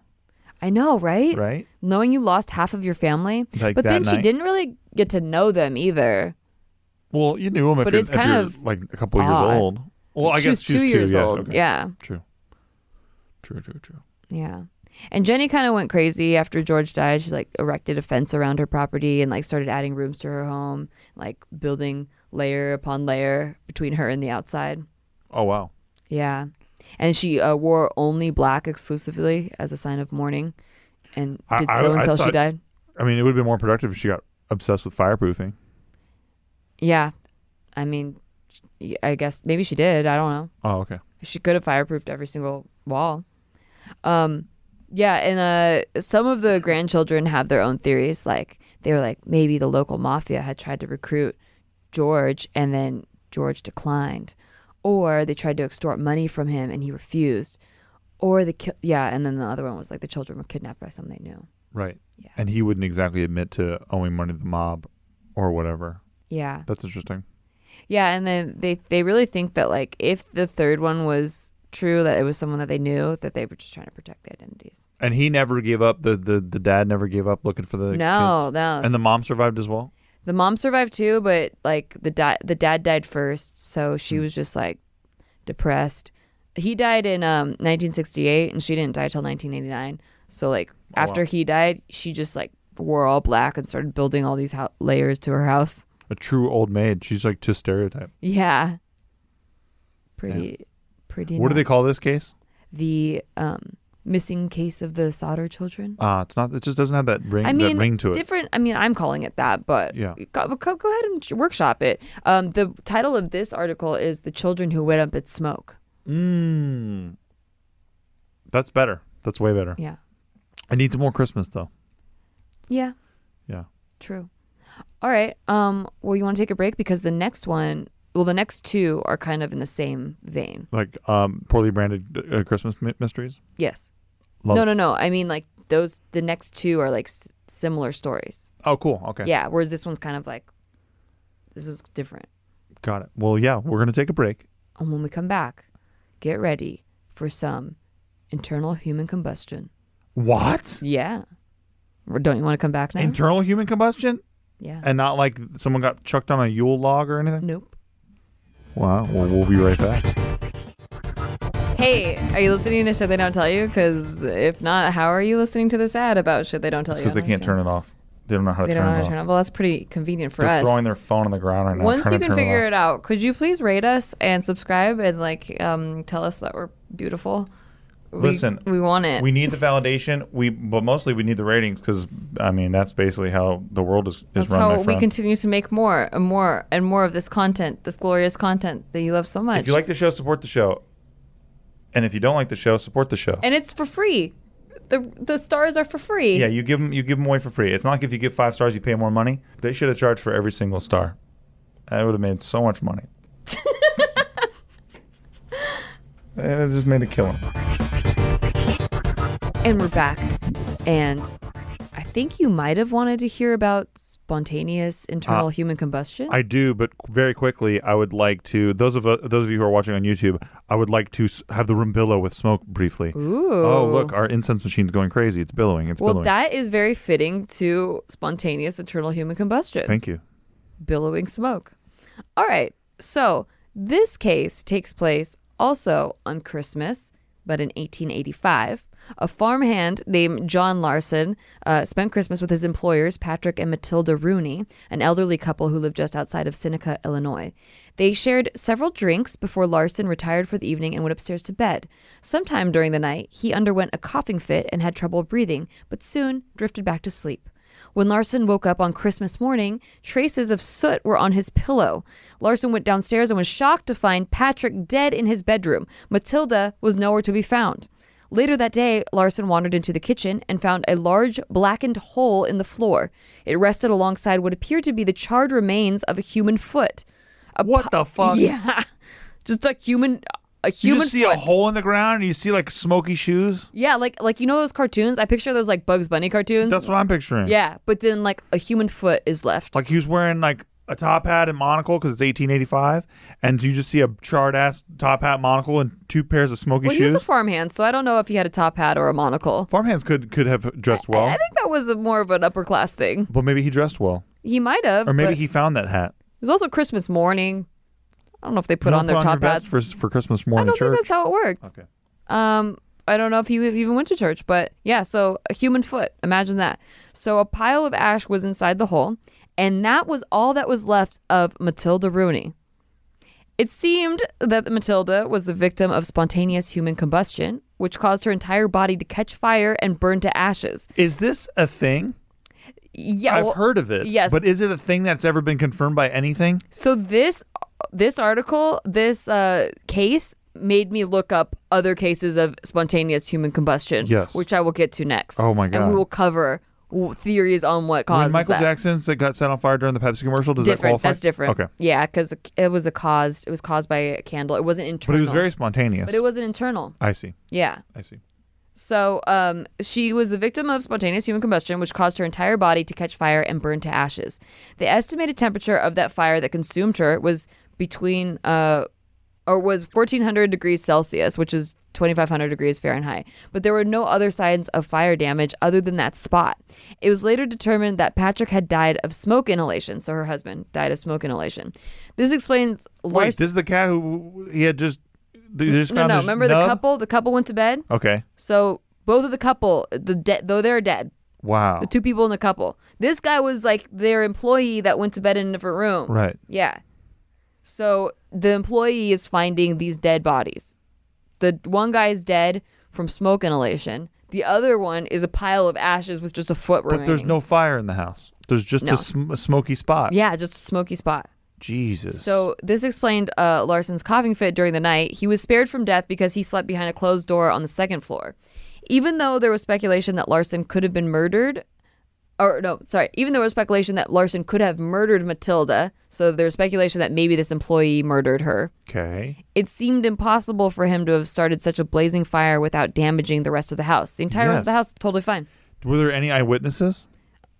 Speaker 3: I know, right?
Speaker 4: right?
Speaker 3: Knowing you lost half of your family,
Speaker 4: Like
Speaker 3: but
Speaker 4: that
Speaker 3: then she
Speaker 4: night?
Speaker 3: didn't really get to know them either.
Speaker 4: Well, you knew him if,
Speaker 3: But
Speaker 4: you're,
Speaker 3: it's
Speaker 4: if
Speaker 3: kind
Speaker 4: you're,
Speaker 3: of
Speaker 4: like a couple of
Speaker 3: odd.
Speaker 4: years old. Well, I
Speaker 3: she
Speaker 4: guess
Speaker 3: was two
Speaker 4: she's
Speaker 3: years
Speaker 4: yeah,
Speaker 3: old.
Speaker 4: okay.
Speaker 3: Yeah,
Speaker 4: True. True, true, true.
Speaker 3: yeah. And Jenny kind of went crazy after George died. She like erected a fence around her property and like started adding rooms to her home, like building layer upon layer between her and the outside.
Speaker 4: Oh, wow.
Speaker 3: Yeah. And she uh, wore only black exclusively as a sign of mourning. And
Speaker 4: I-
Speaker 3: did
Speaker 4: I-
Speaker 3: so
Speaker 4: I
Speaker 3: until she
Speaker 4: thought-
Speaker 3: died.
Speaker 4: I mean, it would have been more productive if she got obsessed with fireproofing.
Speaker 3: Yeah. I mean, sh- I guess maybe she did. I don't know.
Speaker 4: Oh, okay.
Speaker 3: She could have fireproofed every single wall. Um, yeah. And uh, some of the grandchildren have their own theories. Like, they were like, maybe the local mafia had tried to recruit George and then George declined. Or they tried to extort money from him and he refused. Or the, ki- yeah. And then the other one was like, the children were kidnapped by someone they knew.
Speaker 4: Right.
Speaker 3: Yeah.
Speaker 4: And he wouldn't exactly admit to owing money to the mob or whatever.
Speaker 3: Yeah.
Speaker 4: That's interesting.
Speaker 3: Yeah, and then they they really think that like if the third one was true, that it was someone that they knew, that they were just trying to protect their identities.
Speaker 4: And he never gave up. The, the, the dad never gave up looking for the
Speaker 3: no, no,
Speaker 4: kids. And the mom survived as well?
Speaker 3: the mom survived too, but like the di- the dad died first, so
Speaker 4: Hmm.
Speaker 3: she was just like depressed. He died in um 1968, and she didn't die till 1989. So like
Speaker 4: Oh,
Speaker 3: after he died, she just like wore all black and started building all these ho- layers to her house.
Speaker 4: A true old maid. She's like to stereotype.
Speaker 3: Yeah, pretty, pretty.
Speaker 4: What do they
Speaker 3: nuts.
Speaker 4: call this case?
Speaker 3: the um, missing case of the solder children.
Speaker 4: Uh, it's not. It just doesn't have that ring.
Speaker 3: I mean,
Speaker 4: that ring to it.
Speaker 3: different. I mean, I'm calling it that, but
Speaker 4: Yeah.
Speaker 3: go, go, go ahead and j- workshop it. Um, the title of this article is "The Children Who Went Up in Smoke."
Speaker 4: Mm. That's better. That's way better.
Speaker 3: Yeah,
Speaker 4: I need some more Christmas though.
Speaker 3: yeah,
Speaker 4: Yeah.
Speaker 3: true. All right. Um, well, you want to take a break because the next one, well, the next two are kind of in the same vein.
Speaker 4: Like um, poorly branded uh, Christmas my- mysteries.
Speaker 3: Yes.
Speaker 4: Love
Speaker 3: no,
Speaker 4: it.
Speaker 3: no, no. I mean, like those. The next two are like s- similar stories.
Speaker 4: Oh, cool. Okay.
Speaker 3: Yeah. Whereas this one's kind of like this is different.
Speaker 4: Got it. Well, yeah, we're gonna take a break.
Speaker 3: And when we come back, get ready for some internal human combustion.
Speaker 4: What?
Speaker 3: Yeah. Or Don't you want to come back now?
Speaker 4: Internal human combustion,
Speaker 3: yeah.
Speaker 4: and not like someone got chucked on a Yule log or anything.
Speaker 3: nope.
Speaker 4: Wow. Well, we'll be right back.
Speaker 3: Hey, are you listening to Shit They Don't Tell You? Because if not, how are you listening to this ad about Shit They Don't Tell
Speaker 4: It's
Speaker 3: You?
Speaker 4: because they
Speaker 3: I
Speaker 4: can't turn
Speaker 3: don't
Speaker 4: it off. They don't know how to
Speaker 3: understand. They
Speaker 4: turn
Speaker 3: don't know how
Speaker 4: it
Speaker 3: to
Speaker 4: off.
Speaker 3: turn it. Well, that's pretty convenient for
Speaker 4: They're
Speaker 3: us.
Speaker 4: throwing their phone on the ground right now.
Speaker 3: Once
Speaker 4: trying
Speaker 3: you
Speaker 4: to
Speaker 3: can
Speaker 4: turn
Speaker 3: figure
Speaker 4: it,
Speaker 3: it out, could you please rate us and subscribe and like um, tell us that we're beautiful? We-
Speaker 4: Listen,
Speaker 3: we, want it.
Speaker 4: We need the validation. We, but mostly we need the ratings because I mean that's basically how the world is, is
Speaker 3: That's
Speaker 4: run.
Speaker 3: how
Speaker 4: my
Speaker 3: we
Speaker 4: friend.
Speaker 3: continue to make more and more and more of this content, this glorious content that you love so much.
Speaker 4: If you like the show, support the show. And if you don't like the show, support the show.
Speaker 3: and it's for free. The the stars are for free.
Speaker 4: yeah, you give them you give 'em away for free. It's not like if you give five stars, you pay more money. They should have charged for every single star. That would have made so much money. it just made a killing.
Speaker 3: And we're back. And I think you might have wanted to hear about spontaneous internal human combustion.
Speaker 4: Uh, I do, but very quickly, I would like to those of those of you who are watching on YouTube, I would like to have the room billow with smoke briefly.
Speaker 3: Ooh.
Speaker 4: Oh, look, our incense machine's going crazy. It's billowing. It's
Speaker 3: Well,
Speaker 4: billowing.
Speaker 3: that is very fitting to spontaneous internal human combustion.
Speaker 4: Thank you.
Speaker 3: billowing smoke. All right. So this case takes place also on Christmas, but in 1885. A farmhand named John Larson uh, spent Christmas with his employers, Patrick and Matilda Rooney, an elderly couple who lived just outside of Seneca, Illinois. They shared several drinks before Larson retired for the evening and went upstairs to bed. Sometime during the night, he underwent a coughing fit and had trouble breathing, but soon drifted back to sleep. When Larson woke up on Christmas morning, traces of soot were on his pillow. Larson went downstairs and was shocked to find Patrick dead in his bedroom. Matilda was nowhere to be found. Later that day, Larson wandered into the kitchen and found a large blackened hole in the floor. It rested alongside what appeared to be the charred remains of a human foot. A
Speaker 4: What the fuck?
Speaker 3: yeah, just a human, a
Speaker 4: You
Speaker 3: human.
Speaker 4: just see
Speaker 3: foot.
Speaker 4: a hole in the ground and you see like smoky shoes.
Speaker 3: Yeah, like like you know those cartoons. I picture those like Bugs Bunny cartoons.
Speaker 4: That's what I'm picturing.
Speaker 3: yeah, but then like a human foot is left.
Speaker 4: Like he was wearing like a top hat and monocle because it's 1885, and you just see a charred ass top hat, monocle, and two pairs of smoky
Speaker 3: well, he was
Speaker 4: shoes.
Speaker 3: a farmhand, so I don't know if he had a top hat or a monocle.
Speaker 4: Farmhands could could have dressed well,
Speaker 3: I think that was a, more of an upper class thing.
Speaker 4: but maybe he dressed well,
Speaker 3: He might have,
Speaker 4: or maybe
Speaker 3: but
Speaker 4: he found that hat.
Speaker 3: it was also Christmas morning. I don't know if they put
Speaker 4: Don't
Speaker 3: on their
Speaker 4: put
Speaker 3: top
Speaker 4: your
Speaker 3: hats.
Speaker 4: best for for Christmas
Speaker 3: I
Speaker 4: morning
Speaker 3: don't think
Speaker 4: church.
Speaker 3: that's how it worked.
Speaker 4: Okay.
Speaker 3: Um, I don't know if he even went to church, but yeah. So a human foot. Imagine that. So a pile of ash was inside the hole, and that was all that was left of Matilda Rooney. It seemed that Matilda was the victim of spontaneous human combustion, which caused her entire body to catch fire and burn to ashes.
Speaker 4: Is this a thing?
Speaker 3: Yeah,
Speaker 4: I've
Speaker 3: well,
Speaker 4: heard of it.
Speaker 3: yes.
Speaker 4: But is it a thing that's ever been confirmed by anything?
Speaker 3: So this this article, this uh, case made me look up other cases of spontaneous human combustion.
Speaker 4: Yes.
Speaker 3: which I will get to next.
Speaker 4: Oh my
Speaker 3: And
Speaker 4: God.
Speaker 3: we will cover w- theories on what
Speaker 4: I
Speaker 3: causes
Speaker 4: mean, Michael
Speaker 3: that.
Speaker 4: Jackson's that got set on fire during the Pepsi commercial. Does that
Speaker 3: different.
Speaker 4: qualify?
Speaker 3: That's different.
Speaker 4: Okay.
Speaker 3: Yeah, because it was a caused. It was caused by a candle. It wasn't
Speaker 4: But
Speaker 3: internal.
Speaker 4: it was very spontaneous.
Speaker 3: But it wasn't internal.
Speaker 4: I see.
Speaker 3: Yeah.
Speaker 4: I see.
Speaker 3: So um, she was the victim of spontaneous human combustion, which caused her entire body to catch fire and burn to ashes. The estimated temperature of that fire that consumed her was between, uh, or was 1400 degrees Celsius, which is 2500 degrees Fahrenheit. But there were no other signs of fire damage other than that spot. It was later determined that Patrick had died of smoke inhalation. So her husband died of smoke inhalation. This explains
Speaker 4: Wait,
Speaker 3: Lars-
Speaker 4: this is the cat who he had just. They just
Speaker 3: no,
Speaker 4: found
Speaker 3: no.
Speaker 4: his
Speaker 3: Remember the
Speaker 4: nub?
Speaker 3: couple? The couple went to bed.
Speaker 4: Okay.
Speaker 3: So both of the couple, the de- though they're dead,
Speaker 4: Wow.
Speaker 3: the two people in the couple. This guy was like their employee that went to bed in a different room.
Speaker 4: right.
Speaker 3: Yeah. So the employee is finding these dead bodies. The one guy is dead from smoke inhalation. The other one is a pile of ashes with just a foot
Speaker 4: But there's
Speaker 3: remaining.
Speaker 4: no fire in the house. There's just
Speaker 3: No.
Speaker 4: a, sm- a smoky spot.
Speaker 3: Yeah, just a smoky spot.
Speaker 4: Jesus.
Speaker 3: So this explained uh, Larson's coughing fit during the night. He was spared from death because he slept behind a closed door on the second floor. Even though there was speculation that Larson could have been murdered, or no, sorry, even though there was speculation that Larson could have murdered Matilda, so there's speculation that maybe this employee murdered her.
Speaker 4: Okay.
Speaker 3: It seemed impossible for him to have started such a blazing fire without damaging the rest of the house. The entire rest of the
Speaker 4: Yes.
Speaker 3: house totally fine.
Speaker 4: Were there any eyewitnesses?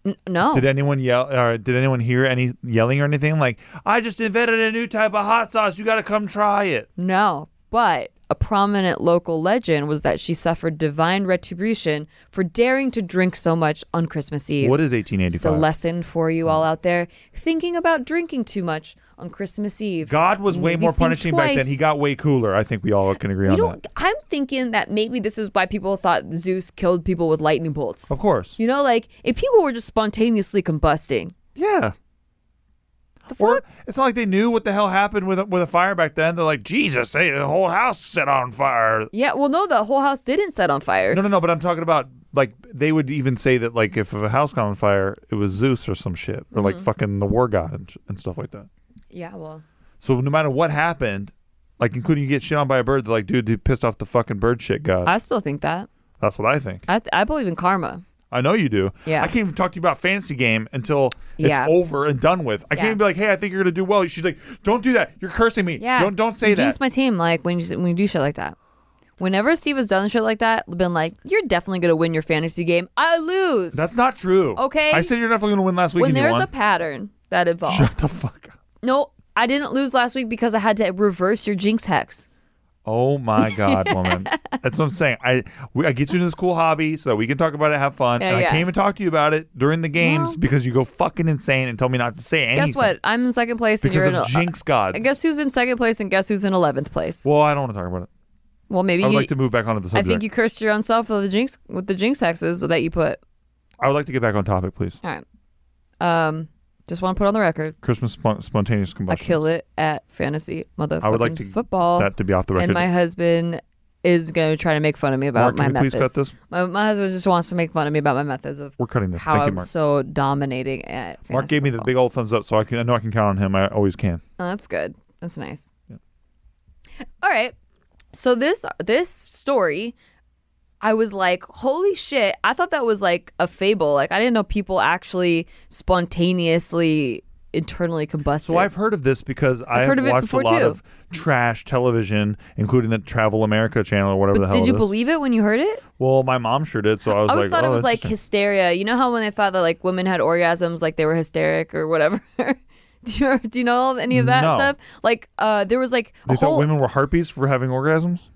Speaker 3: N- no.
Speaker 4: Did anyone yell or did anyone hear any yelling or anything like, "I just invented a new type of hot sauce. You got to come try it."
Speaker 3: No, but a prominent local legend was that she suffered divine retribution for daring to drink so much on Christmas Eve.
Speaker 4: What is Oh.
Speaker 3: Just a
Speaker 4: 1885?
Speaker 3: lesson for you all out there thinking about drinking too much on Christmas Eve.
Speaker 4: God was way
Speaker 3: Maybe
Speaker 4: more
Speaker 3: think
Speaker 4: punishing back then.
Speaker 3: Mm, twice.
Speaker 4: He got way cooler. I think we all can agree
Speaker 3: You
Speaker 4: on
Speaker 3: don't.
Speaker 4: that.
Speaker 3: I'm thinking that maybe this is why people thought Zeus killed people with lightning bolts.
Speaker 4: Of course.
Speaker 3: You know, like if people were just spontaneously combusting,
Speaker 4: Yeah. Or it's not like they knew what the hell happened with a, with a fire back then. They're like, Jesus, they, the whole house set on fire.
Speaker 3: yeah. Well, no, the whole house didn't set on fire.
Speaker 4: No, no, no. But I'm talking about like they would even say that like if a house caught on fire, it was Zeus or some shit, or
Speaker 3: Mm-hmm.
Speaker 4: like fucking the war god and, and stuff like that.
Speaker 3: Yeah, well,
Speaker 4: So no matter what happened, like including you get shit on by a bird, they're like, dude, he pissed off the fucking bird shit god.
Speaker 3: I still think that.
Speaker 4: That's what I think.
Speaker 3: I th- I believe in karma.
Speaker 4: I know you do.
Speaker 3: Yeah.
Speaker 4: I can't even talk to you about fantasy game until
Speaker 3: Yeah.
Speaker 4: it's over and done with. I
Speaker 3: Yeah.
Speaker 4: can't even be like, hey, I think you're gonna do well. She's like, don't do that. You're cursing me.
Speaker 3: Yeah.
Speaker 4: Don't don't say
Speaker 3: you
Speaker 4: that.
Speaker 3: Jinx my team like when you when you do shit like that. Whenever Steve has done shit like that, been like, you're definitely gonna win your fantasy game. I lose.
Speaker 4: That's not true.
Speaker 3: Okay.
Speaker 4: I said you're definitely gonna win last week.
Speaker 3: when
Speaker 4: and you
Speaker 3: there's
Speaker 4: won.
Speaker 3: a pattern that involves.
Speaker 4: shut the fuck up.
Speaker 3: No, I didn't lose last week because I had to reverse your Jinx hex.
Speaker 4: Oh my god, woman. That's what I'm saying. I we, I get you into this cool hobby so that we can talk about it, have fun.
Speaker 3: Yeah,
Speaker 4: and
Speaker 3: yeah.
Speaker 4: I can't even talk to you about it during the games
Speaker 3: Well-
Speaker 4: because you go fucking insane and tell me not to say anything.
Speaker 3: Guess what? I'm in second place and
Speaker 4: Because
Speaker 3: you're in.
Speaker 4: of Jinx gods.
Speaker 3: I guess who's in second place and guess who's in eleventh place? Well,
Speaker 4: Well, I don't want to talk about it.
Speaker 3: maybe
Speaker 4: I would
Speaker 3: you,
Speaker 4: like to move back onto the
Speaker 3: I
Speaker 4: subject.
Speaker 3: think you cursed your own self with the Jinx with the Jinx hexes that you put.
Speaker 4: I would like to get back on topic, please.
Speaker 3: All right. Um, just want to put on the record.
Speaker 4: Christmas spon- spontaneous
Speaker 3: I
Speaker 4: combustion.
Speaker 3: kill it at fantasy motherfucking
Speaker 4: I would like to
Speaker 3: football.
Speaker 4: that to be off the record.
Speaker 3: and my husband is going to try to make fun of me about
Speaker 4: Mark,
Speaker 3: my
Speaker 4: can we please
Speaker 3: methods.
Speaker 4: cut this?
Speaker 3: My, my husband just wants to make fun of me about my methods of
Speaker 4: We're cutting this.
Speaker 3: how
Speaker 4: Thank you,
Speaker 3: I'm
Speaker 4: Mark.
Speaker 3: so dominating at.
Speaker 4: Mark
Speaker 3: fantasy
Speaker 4: gave me the
Speaker 3: football.
Speaker 4: big old thumbs up, so I can I know I can count on him. I always can.
Speaker 3: Oh, that's good. That's nice. All right. So this this story, I was like, holy shit! I thought that was like a fable. Like I didn't know people actually spontaneously internally combusted.
Speaker 4: So I've heard of this because I've
Speaker 3: heard of it
Speaker 4: watched a
Speaker 3: before,
Speaker 4: lot
Speaker 3: too.
Speaker 4: of trash television, including the Travel America channel or whatever the
Speaker 3: but
Speaker 4: hell.
Speaker 3: did you
Speaker 4: it is.
Speaker 3: believe it when you heard it?
Speaker 4: Well, my mom sure did, so I was
Speaker 3: I always
Speaker 4: like,
Speaker 3: thought it
Speaker 4: oh,
Speaker 3: was like
Speaker 4: interesting.
Speaker 3: hysteria. You know how when they thought that like women had orgasms, like they were hysteric or whatever. do you do you know any of that
Speaker 4: No.
Speaker 3: stuff? Like uh, there was like a
Speaker 4: They thought
Speaker 3: whole.
Speaker 4: women were harpies for having orgasms,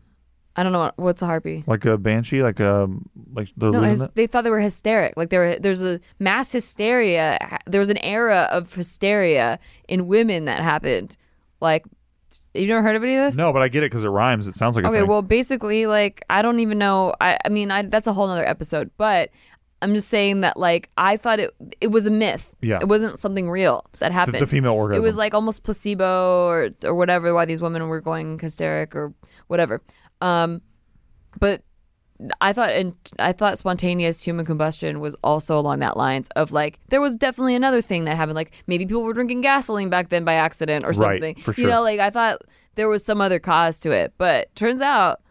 Speaker 3: I don't know what, what's a harpy.
Speaker 4: like a banshee, like a like the
Speaker 3: No, hys- they thought they were hysteric. Like there, were, there's a mass hysteria. ha- There was an era of hysteria in women that happened. Like, you never heard of any of this?
Speaker 4: No, but I get it because it rhymes. It sounds like a
Speaker 3: Okay,
Speaker 4: thing.
Speaker 3: well, basically, like I don't even know. I, I mean, I, that's a whole nother episode. But I'm just saying that, like, I thought it it was a myth.
Speaker 4: Yeah.
Speaker 3: it wasn't something real that
Speaker 4: the,
Speaker 3: happened.
Speaker 4: the female
Speaker 3: It
Speaker 4: orgasm.
Speaker 3: was like almost placebo or or whatever why these women were going hysteric or whatever. Um, but I thought and I thought spontaneous human combustion was also along that lines of like there was definitely another thing that happened like maybe people were drinking gasoline back then by accident or
Speaker 4: Right,
Speaker 3: something.
Speaker 4: for
Speaker 3: You
Speaker 4: sure.
Speaker 3: know, like I thought there was some other cause to it, but turns out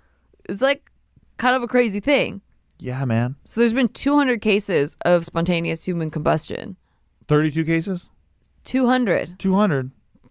Speaker 3: it's like kind of a crazy thing.
Speaker 4: yeah, man.
Speaker 3: So there's been 200 cases of spontaneous human combustion.
Speaker 4: Thirty-two cases,
Speaker 3: 200
Speaker 4: two hundred.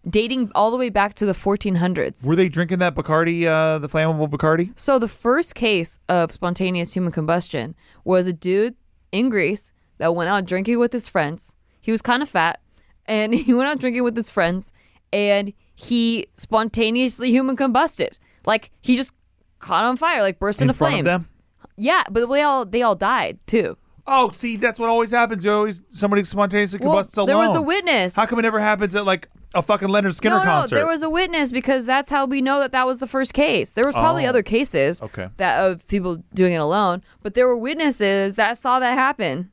Speaker 3: dating all the way back to the 1400s.
Speaker 4: Were they drinking that Bacardi, uh, the flammable Bacardi?
Speaker 3: So the first case of spontaneous human combustion was a dude in Greece that went out drinking with his friends. He was kind of fat, and he went out drinking with his friends, and he spontaneously human combusted. Like he just caught on fire, like burst
Speaker 4: In
Speaker 3: into
Speaker 4: front of
Speaker 3: flames.
Speaker 4: them?
Speaker 3: Yeah, but they all they all died too.
Speaker 4: Oh, see, that's what always happens. You always somebody spontaneously
Speaker 3: Well,
Speaker 4: combusts alone.
Speaker 3: there was a witness.
Speaker 4: How come it never happens at like a fucking Leonard Skinner
Speaker 3: no,
Speaker 4: concert?
Speaker 3: No, there was a witness because that's how we know that that was the first case. There was probably
Speaker 4: Oh.
Speaker 3: other cases
Speaker 4: Okay.
Speaker 3: that of people doing it alone, but there were witnesses that saw that happen.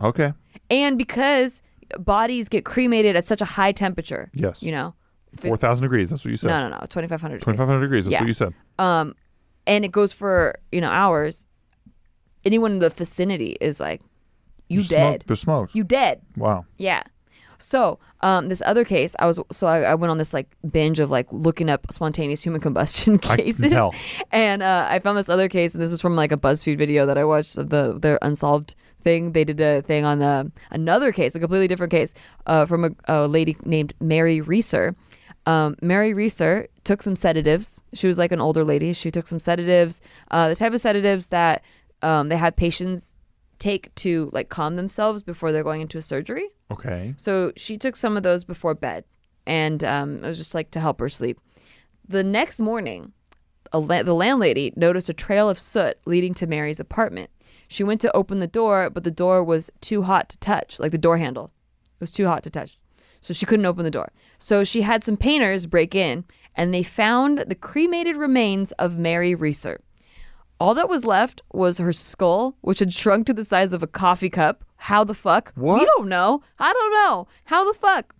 Speaker 4: okay.
Speaker 3: And because bodies get cremated at such a high temperature.
Speaker 4: Yes.
Speaker 3: You know. Fi-
Speaker 4: Four thousand degrees. That's what you said.
Speaker 3: No, no, no, 2500
Speaker 4: Twenty five hundred degrees. That's
Speaker 3: Yeah.
Speaker 4: what you said.
Speaker 3: And it goes for, you know, hours. Anyone in the vicinity is like you
Speaker 4: There's
Speaker 3: dead.
Speaker 4: Smoke, there's smoke.
Speaker 3: You dead.
Speaker 4: wow.
Speaker 3: Yeah. So, um, this other case, I was so I, I went on this like binge of like looking up spontaneous human combustion
Speaker 4: I can
Speaker 3: cases,
Speaker 4: tell.
Speaker 3: and uh, I found this other case, and this was from like a BuzzFeed video that I watched of the their unsolved thing. They did a thing on uh, another case, a completely different case, uh, from a, a lady named Mary Reeser. Um, Mary Reeser took some sedatives. She was like an older lady. She took some sedatives, uh, the type of sedatives that um, they have patients take to like calm themselves before they're going into a surgery.
Speaker 4: Okay.
Speaker 3: So she took some of those before bed, and um, it was just like to help her sleep. The next morning, a la- the landlady noticed a trail of soot leading to Mary's apartment. She went to open the door, but the door was too hot to touch, like the door handle. It was too hot to touch. So she couldn't open the door. So she had some painters break in, and they found the cremated remains of Mary Reeser. All that was left was her skull, which had shrunk to the size of a coffee cup. How the fuck?
Speaker 4: What?
Speaker 3: You don't know. I don't know. How the fuck?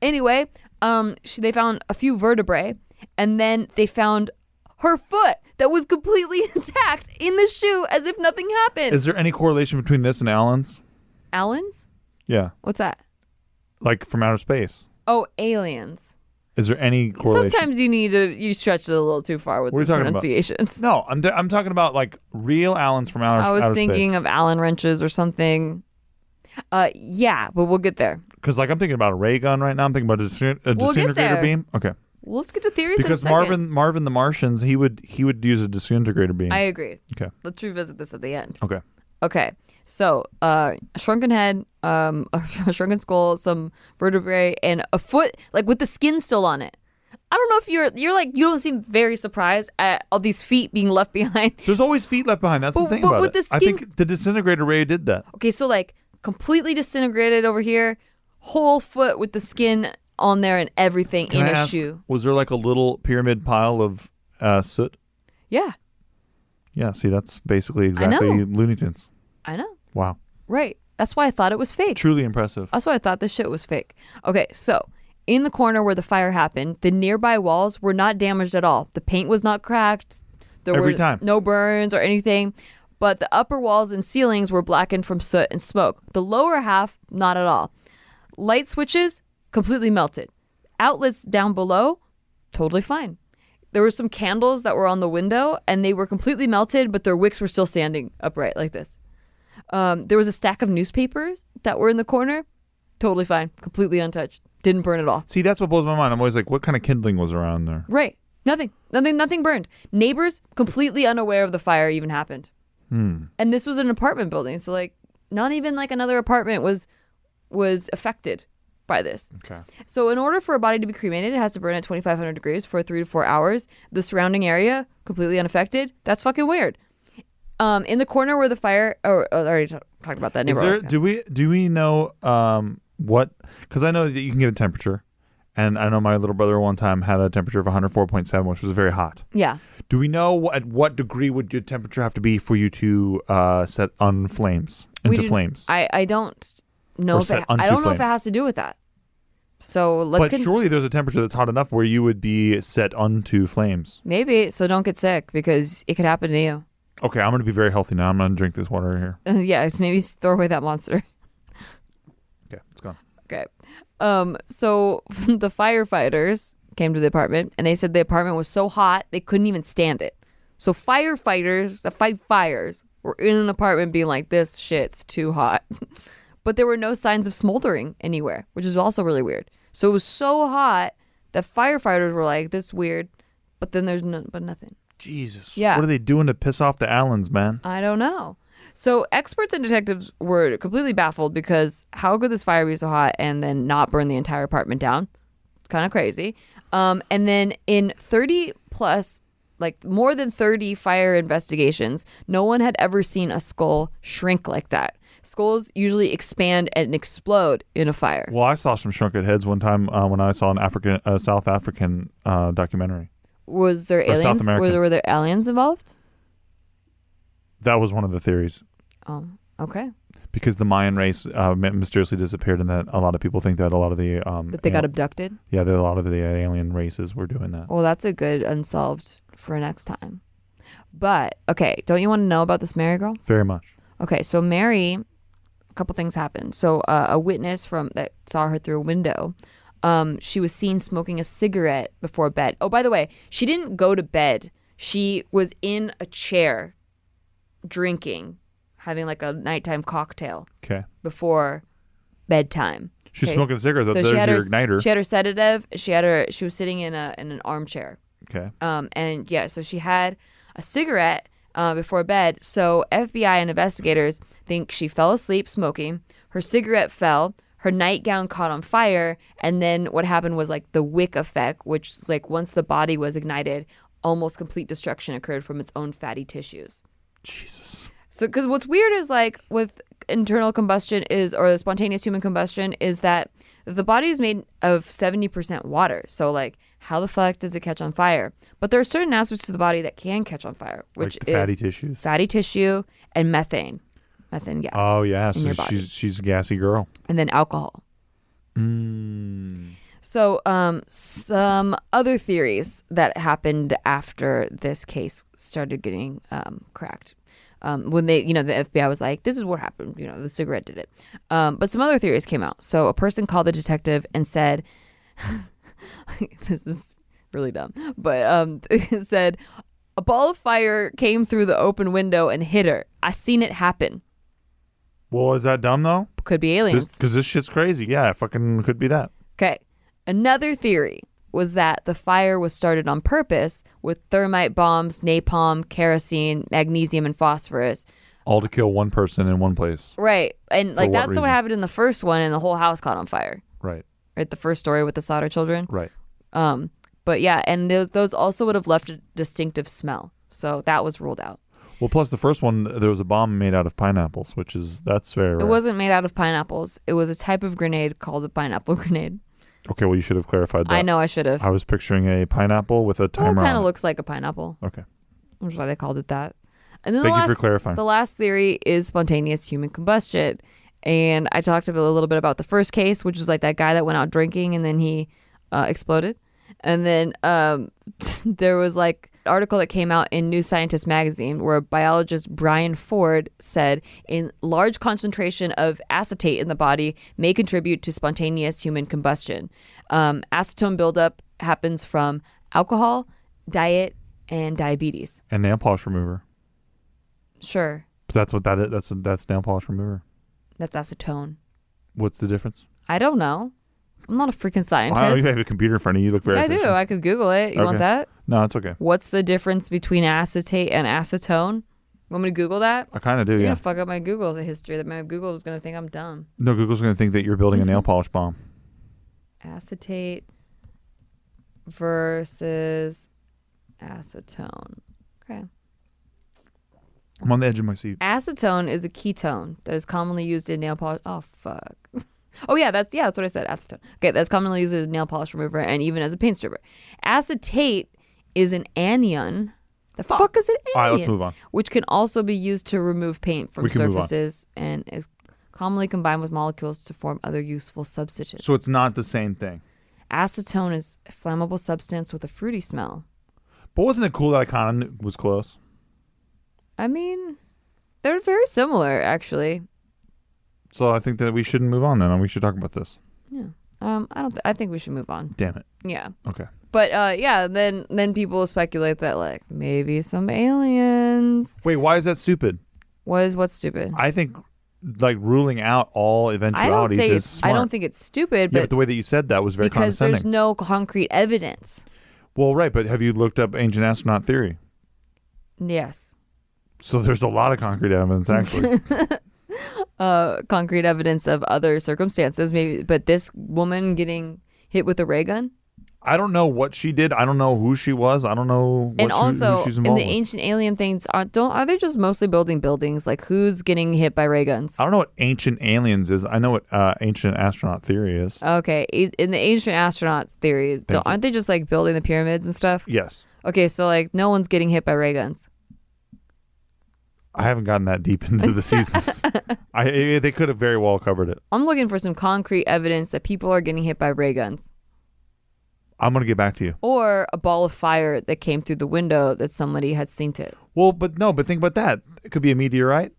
Speaker 3: Anyway, um, she, they found a few vertebrae, and then they found her foot that was completely intact in the shoe as if nothing happened.
Speaker 4: Is there any correlation between this and Allen's?
Speaker 3: Allen's?
Speaker 4: Yeah,
Speaker 3: What's that?
Speaker 4: like from outer space.
Speaker 3: Oh, aliens.
Speaker 4: Is there any correlation?
Speaker 3: Sometimes you need to you stretch it a little too far with
Speaker 4: What are you
Speaker 3: these
Speaker 4: talking about?
Speaker 3: pronunciations.
Speaker 4: No, I'm, I'm talking about like real Allens from outer.
Speaker 3: I was
Speaker 4: outer
Speaker 3: thinking of Allen wrenches or something. Uh, yeah, but we'll get there.
Speaker 4: because like I'm thinking about a ray gun right now. I'm thinking about a, disin- a
Speaker 3: We'll get
Speaker 4: disintegrator
Speaker 3: there.
Speaker 4: beam. Okay,
Speaker 3: Let's get to theories in a
Speaker 4: because
Speaker 3: second.
Speaker 4: Marvin Marvin the Martians he would he would use a disintegrator beam.
Speaker 3: I agree.
Speaker 4: okay,
Speaker 3: Let's revisit this at the end.
Speaker 4: okay.
Speaker 3: Okay, so uh, a shrunken head, um, a shrunken skull, some vertebrae, and a foot like with the skin still on it. I don't know if you're you're like you don't seem very surprised at all these feet being left behind.
Speaker 4: There's always feet left behind. That's the
Speaker 3: But-
Speaker 4: thing
Speaker 3: but
Speaker 4: about
Speaker 3: with
Speaker 4: it.
Speaker 3: the
Speaker 4: I
Speaker 3: skin-
Speaker 4: think the disintegrator ray did that.
Speaker 3: Okay, so like completely disintegrated over here, whole foot with the skin on there and everything
Speaker 4: Can
Speaker 3: in
Speaker 4: I
Speaker 3: a
Speaker 4: ask,
Speaker 3: shoe.
Speaker 4: Was there like a little pyramid pile of uh, soot?
Speaker 3: Yeah,
Speaker 4: Yeah. See, that's basically exactly
Speaker 3: know.
Speaker 4: Looney Tunes.
Speaker 3: I know.
Speaker 4: Wow,
Speaker 3: Right. That's why I thought it was fake.
Speaker 4: truly impressive.
Speaker 3: That's why I thought this shit was fake. Okay, so in the corner where the fire happened, the nearby walls were not damaged at all. The paint was not cracked. There
Speaker 4: Every
Speaker 3: were
Speaker 4: time.
Speaker 3: no burns or anything, but the upper walls and ceilings were blackened from soot and smoke. The lower half, not at all. Light switches completely melted. Outlets down below, totally fine. There were some candles that were on the window and they were completely melted, but their wicks were still standing upright like this. Um, there was a stack of newspapers that were in the corner, totally fine, completely untouched, didn't burn at all.
Speaker 4: See, that's what blows my mind. I'm always like, what kind of kindling was around there?
Speaker 3: Right, nothing, nothing, nothing burned. Neighbors completely unaware of the fire even happened,
Speaker 4: Hmm.
Speaker 3: and this was an apartment building, so like not even like another apartment was was affected by this.
Speaker 4: Okay.
Speaker 3: So, in order for a body to be cremated, it has to burn at 2,500 degrees for three to four hours. The surrounding area completely unaffected. That's fucking weird. Um, in the corner where the fire, oh, I already t- talked about that.
Speaker 4: Is
Speaker 3: Never
Speaker 4: there,
Speaker 3: mind.
Speaker 4: do we do we know um, what? Because I know that you can get a temperature, and I know my little brother one time had a temperature of 104.7, which was very hot.
Speaker 3: yeah,
Speaker 4: Do we know what, at what degree would your temperature have to be for you to uh, set on flames
Speaker 3: We
Speaker 4: into
Speaker 3: didn't-
Speaker 4: flames?
Speaker 3: I, I don't know.
Speaker 4: Or
Speaker 3: If it,
Speaker 4: set unto
Speaker 3: I don't know if it
Speaker 4: flames.
Speaker 3: has to do with that. So let's
Speaker 4: but
Speaker 3: get
Speaker 4: surely there's a temperature that's hot enough where you would be set unto flames.
Speaker 3: maybe. So don't get sick because it could happen to you.
Speaker 4: Okay, I'm gonna be very healthy now. I'm gonna drink this water here.
Speaker 3: yeah, it's maybe s- throw away that monster.
Speaker 4: Okay, it's gone.
Speaker 3: Okay. Um, so the firefighters came to the apartment and they said the apartment was so hot they couldn't even stand it. So firefighters that fight fires were in an apartment being like, This shit's too hot. but there were no signs of smoldering anywhere, which is also really weird. So it was so hot that firefighters were like, This weird but then there's no, but nothing.
Speaker 4: Jesus.
Speaker 3: Yeah.
Speaker 4: What are they doing to piss off the Allens, man?
Speaker 3: I don't know. So experts and detectives were completely baffled because how could this fire be so hot and then not burn the entire apartment down? It's kind of crazy. Um, and then in 30 plus, like more than 30 fire investigations, no one had ever seen a skull shrink like that. Skulls usually expand and explode in a fire.
Speaker 4: Well, I saw some shrunken heads one time uh, when I saw an African, uh, South African uh, documentary.
Speaker 3: Was there
Speaker 4: Or South
Speaker 3: aliens? Were,
Speaker 4: American.
Speaker 3: were there aliens involved?
Speaker 4: That was one of the theories
Speaker 3: Um, okay.
Speaker 4: because the Mayan race uh, my- mysteriously disappeared, and that a lot of people think that a lot of the um,
Speaker 3: But they got
Speaker 4: al-
Speaker 3: abducted?
Speaker 4: yeah, that a lot of the alien races were doing that.
Speaker 3: Well, that's a good unsolved for next time. But okay, don't you want to know about this Mary girl?
Speaker 4: Very much.
Speaker 3: Okay, so Mary, a couple things happened. So uh, a witness from that saw her through a window. Um, she was seen smoking a cigarette before bed. Oh, by the way, she didn't go to bed. She was in a chair, drinking, having like a nighttime cocktail
Speaker 4: Okay.
Speaker 3: before bedtime.
Speaker 4: She's
Speaker 3: Okay.
Speaker 4: smoking a cigarette.
Speaker 3: So
Speaker 4: There's
Speaker 3: she had
Speaker 4: your
Speaker 3: her
Speaker 4: igniter.
Speaker 3: she had her sedative. She had her. She was sitting in a in an armchair.
Speaker 4: okay.
Speaker 3: Um, and yeah, so she had a cigarette uh, before bed. So FBI and investigators think she fell asleep smoking. Her cigarette fell. Her nightgown caught on fire. And then what happened was like the wick effect, which is like once the body was ignited, almost complete destruction occurred from its own fatty tissues.
Speaker 4: Jesus.
Speaker 3: So, because what's weird is like with internal combustion is or spontaneous human combustion is that the body is made of 70% water. So, like, how the fuck does it catch on fire? But there are certain aspects to the body that can catch on fire, which
Speaker 4: like the
Speaker 3: is
Speaker 4: fatty tissues.
Speaker 3: fatty tissue and methane, methane gas,
Speaker 4: Oh yeah, so
Speaker 3: your body.
Speaker 4: she's she's a gassy girl.
Speaker 3: and then alcohol.
Speaker 4: Mm.
Speaker 3: So, um, some other theories that happened after this case started getting um, cracked. Um, when they, you know, the FBI was like, this is what happened. You know, the cigarette did it. Um, but some other theories came out. So, a person called the detective and said, this is really dumb, but um, it said, a ball of fire came through the open window and hit her. I seen it happen.
Speaker 4: Well, is that dumb though?
Speaker 3: Could be aliens.
Speaker 4: Because this, shit's crazy. Yeah, it fucking could be that.
Speaker 3: Okay. Another theory was that the fire was started on purpose with thermite bombs, napalm, kerosene, magnesium, and phosphorus.
Speaker 4: All to kill one person in one place.
Speaker 3: Right. And like
Speaker 4: what
Speaker 3: that's
Speaker 4: reason?
Speaker 3: what happened in the first one, and the whole house caught on fire.
Speaker 4: Right.
Speaker 3: Right. The first story with the solder children.
Speaker 4: Right.
Speaker 3: Um, but yeah, and those, those also would have left a distinctive smell. So that was ruled out.
Speaker 4: Well, plus the first one, there was a bomb made out of pineapples, which is that's very rare.
Speaker 3: It wasn't made out of pineapples. It was a type of grenade called a pineapple grenade.
Speaker 4: Okay, well you should have clarified that.
Speaker 3: I know I should have.
Speaker 4: I was picturing a pineapple with a
Speaker 3: Well, it
Speaker 4: timer.
Speaker 3: kind
Speaker 4: on
Speaker 3: of
Speaker 4: it.
Speaker 3: looks like a pineapple,
Speaker 4: Okay.
Speaker 3: which is why they called it that. And then
Speaker 4: Thank
Speaker 3: the
Speaker 4: you
Speaker 3: last
Speaker 4: for clarifying.
Speaker 3: The last theory is spontaneous human combustion. And I talked a little bit about the first case, which was like that guy that went out drinking and then he uh, exploded. And then um, there was like article that came out in New Scientist magazine where biologist Brian Ford said in large concentration of acetate in the body may contribute to spontaneous human combustion. Um, acetone buildup happens from alcohol, diet, and diabetes.
Speaker 4: And nail polish remover.
Speaker 3: Sure,
Speaker 4: But that's what that is. That's what, that's nail polish remover.
Speaker 3: that's acetone.
Speaker 4: What's the difference?
Speaker 3: I don't know. I'm not a freaking scientist.
Speaker 4: Wow, you have a computer in front of you. You look very.
Speaker 3: I do.
Speaker 4: efficient.
Speaker 3: I could Google it. You want
Speaker 4: Okay.
Speaker 3: that?
Speaker 4: No, it's okay.
Speaker 3: What's the difference between acetate and acetone? Want me to Google that?
Speaker 4: I kind of do.
Speaker 3: You're
Speaker 4: Yeah.
Speaker 3: gonna fuck up my Google's history. That my Google is gonna think I'm dumb.
Speaker 4: No, Google's going to think that you're building a nail polish bomb.
Speaker 3: Acetate versus acetone. Okay.
Speaker 4: I'm on the edge of my seat.
Speaker 3: Acetone is a ketone that is commonly used in nail polish. Oh fuck. Oh yeah, that's yeah, that's what I said. Acetone. Okay, that's commonly used as a nail polish remover and even as a paint stripper. Acetate is an anion. The fuck, is an anion?
Speaker 4: All right, let's move on.
Speaker 3: Which can also be used to remove paint from
Speaker 4: We can move on.
Speaker 3: surfaces and is commonly combined with molecules to form other useful substitutes.
Speaker 4: So it's not the same thing.
Speaker 3: Acetone is a flammable substance with a fruity smell.
Speaker 4: But wasn't it cool that I kind of was close?
Speaker 3: I mean, they're very similar actually.
Speaker 4: So I think that we shouldn't move on then, and we should talk about this.
Speaker 3: Yeah. Um, I don't. Th- I think we should move on.
Speaker 4: Damn it.
Speaker 3: Yeah.
Speaker 4: Okay.
Speaker 3: But uh, yeah, then then people speculate that like maybe some aliens
Speaker 4: Wait, why is that stupid?
Speaker 3: was what's stupid.
Speaker 4: I think like ruling out all
Speaker 3: I don't
Speaker 4: eventualities
Speaker 3: say
Speaker 4: is
Speaker 3: it's,
Speaker 4: smart.
Speaker 3: I don't think it's stupid,
Speaker 4: yeah,
Speaker 3: but,
Speaker 4: but the way that you said that was very
Speaker 3: because there's
Speaker 4: condescending.
Speaker 3: no concrete evidence.
Speaker 4: well, right, but have you looked up ancient astronaut theory?
Speaker 3: Yes,
Speaker 4: So there's a lot of concrete evidence actually.
Speaker 3: uh, concrete evidence of other circumstances, maybe. But this woman getting hit with a ray gun,
Speaker 4: I don't know what she did. I don't know who she was. I don't know what
Speaker 3: and
Speaker 4: she,
Speaker 3: also
Speaker 4: who she's
Speaker 3: in the
Speaker 4: involved with.
Speaker 3: ancient alien things, are don't are they just mostly building buildings? Like who's getting hit by ray guns?
Speaker 4: I don't know what ancient aliens is. I know what uh, ancient astronaut theory is.
Speaker 3: Okay, i- in the ancient astronaut theories, don't,
Speaker 4: Thank you.
Speaker 3: aren't they just like building the pyramids and stuff?
Speaker 4: yes.
Speaker 3: Okay, so like no one's getting hit by ray guns.
Speaker 4: I haven't gotten that deep into the seasons. I, I- they could have very well covered it.
Speaker 3: I'm looking for some concrete evidence that people are getting hit by ray guns
Speaker 4: I'm going to get back to you.
Speaker 3: or a ball of fire that came through the window that somebody had synced it.
Speaker 4: Well, but no, but think about that. It could be a meteorite.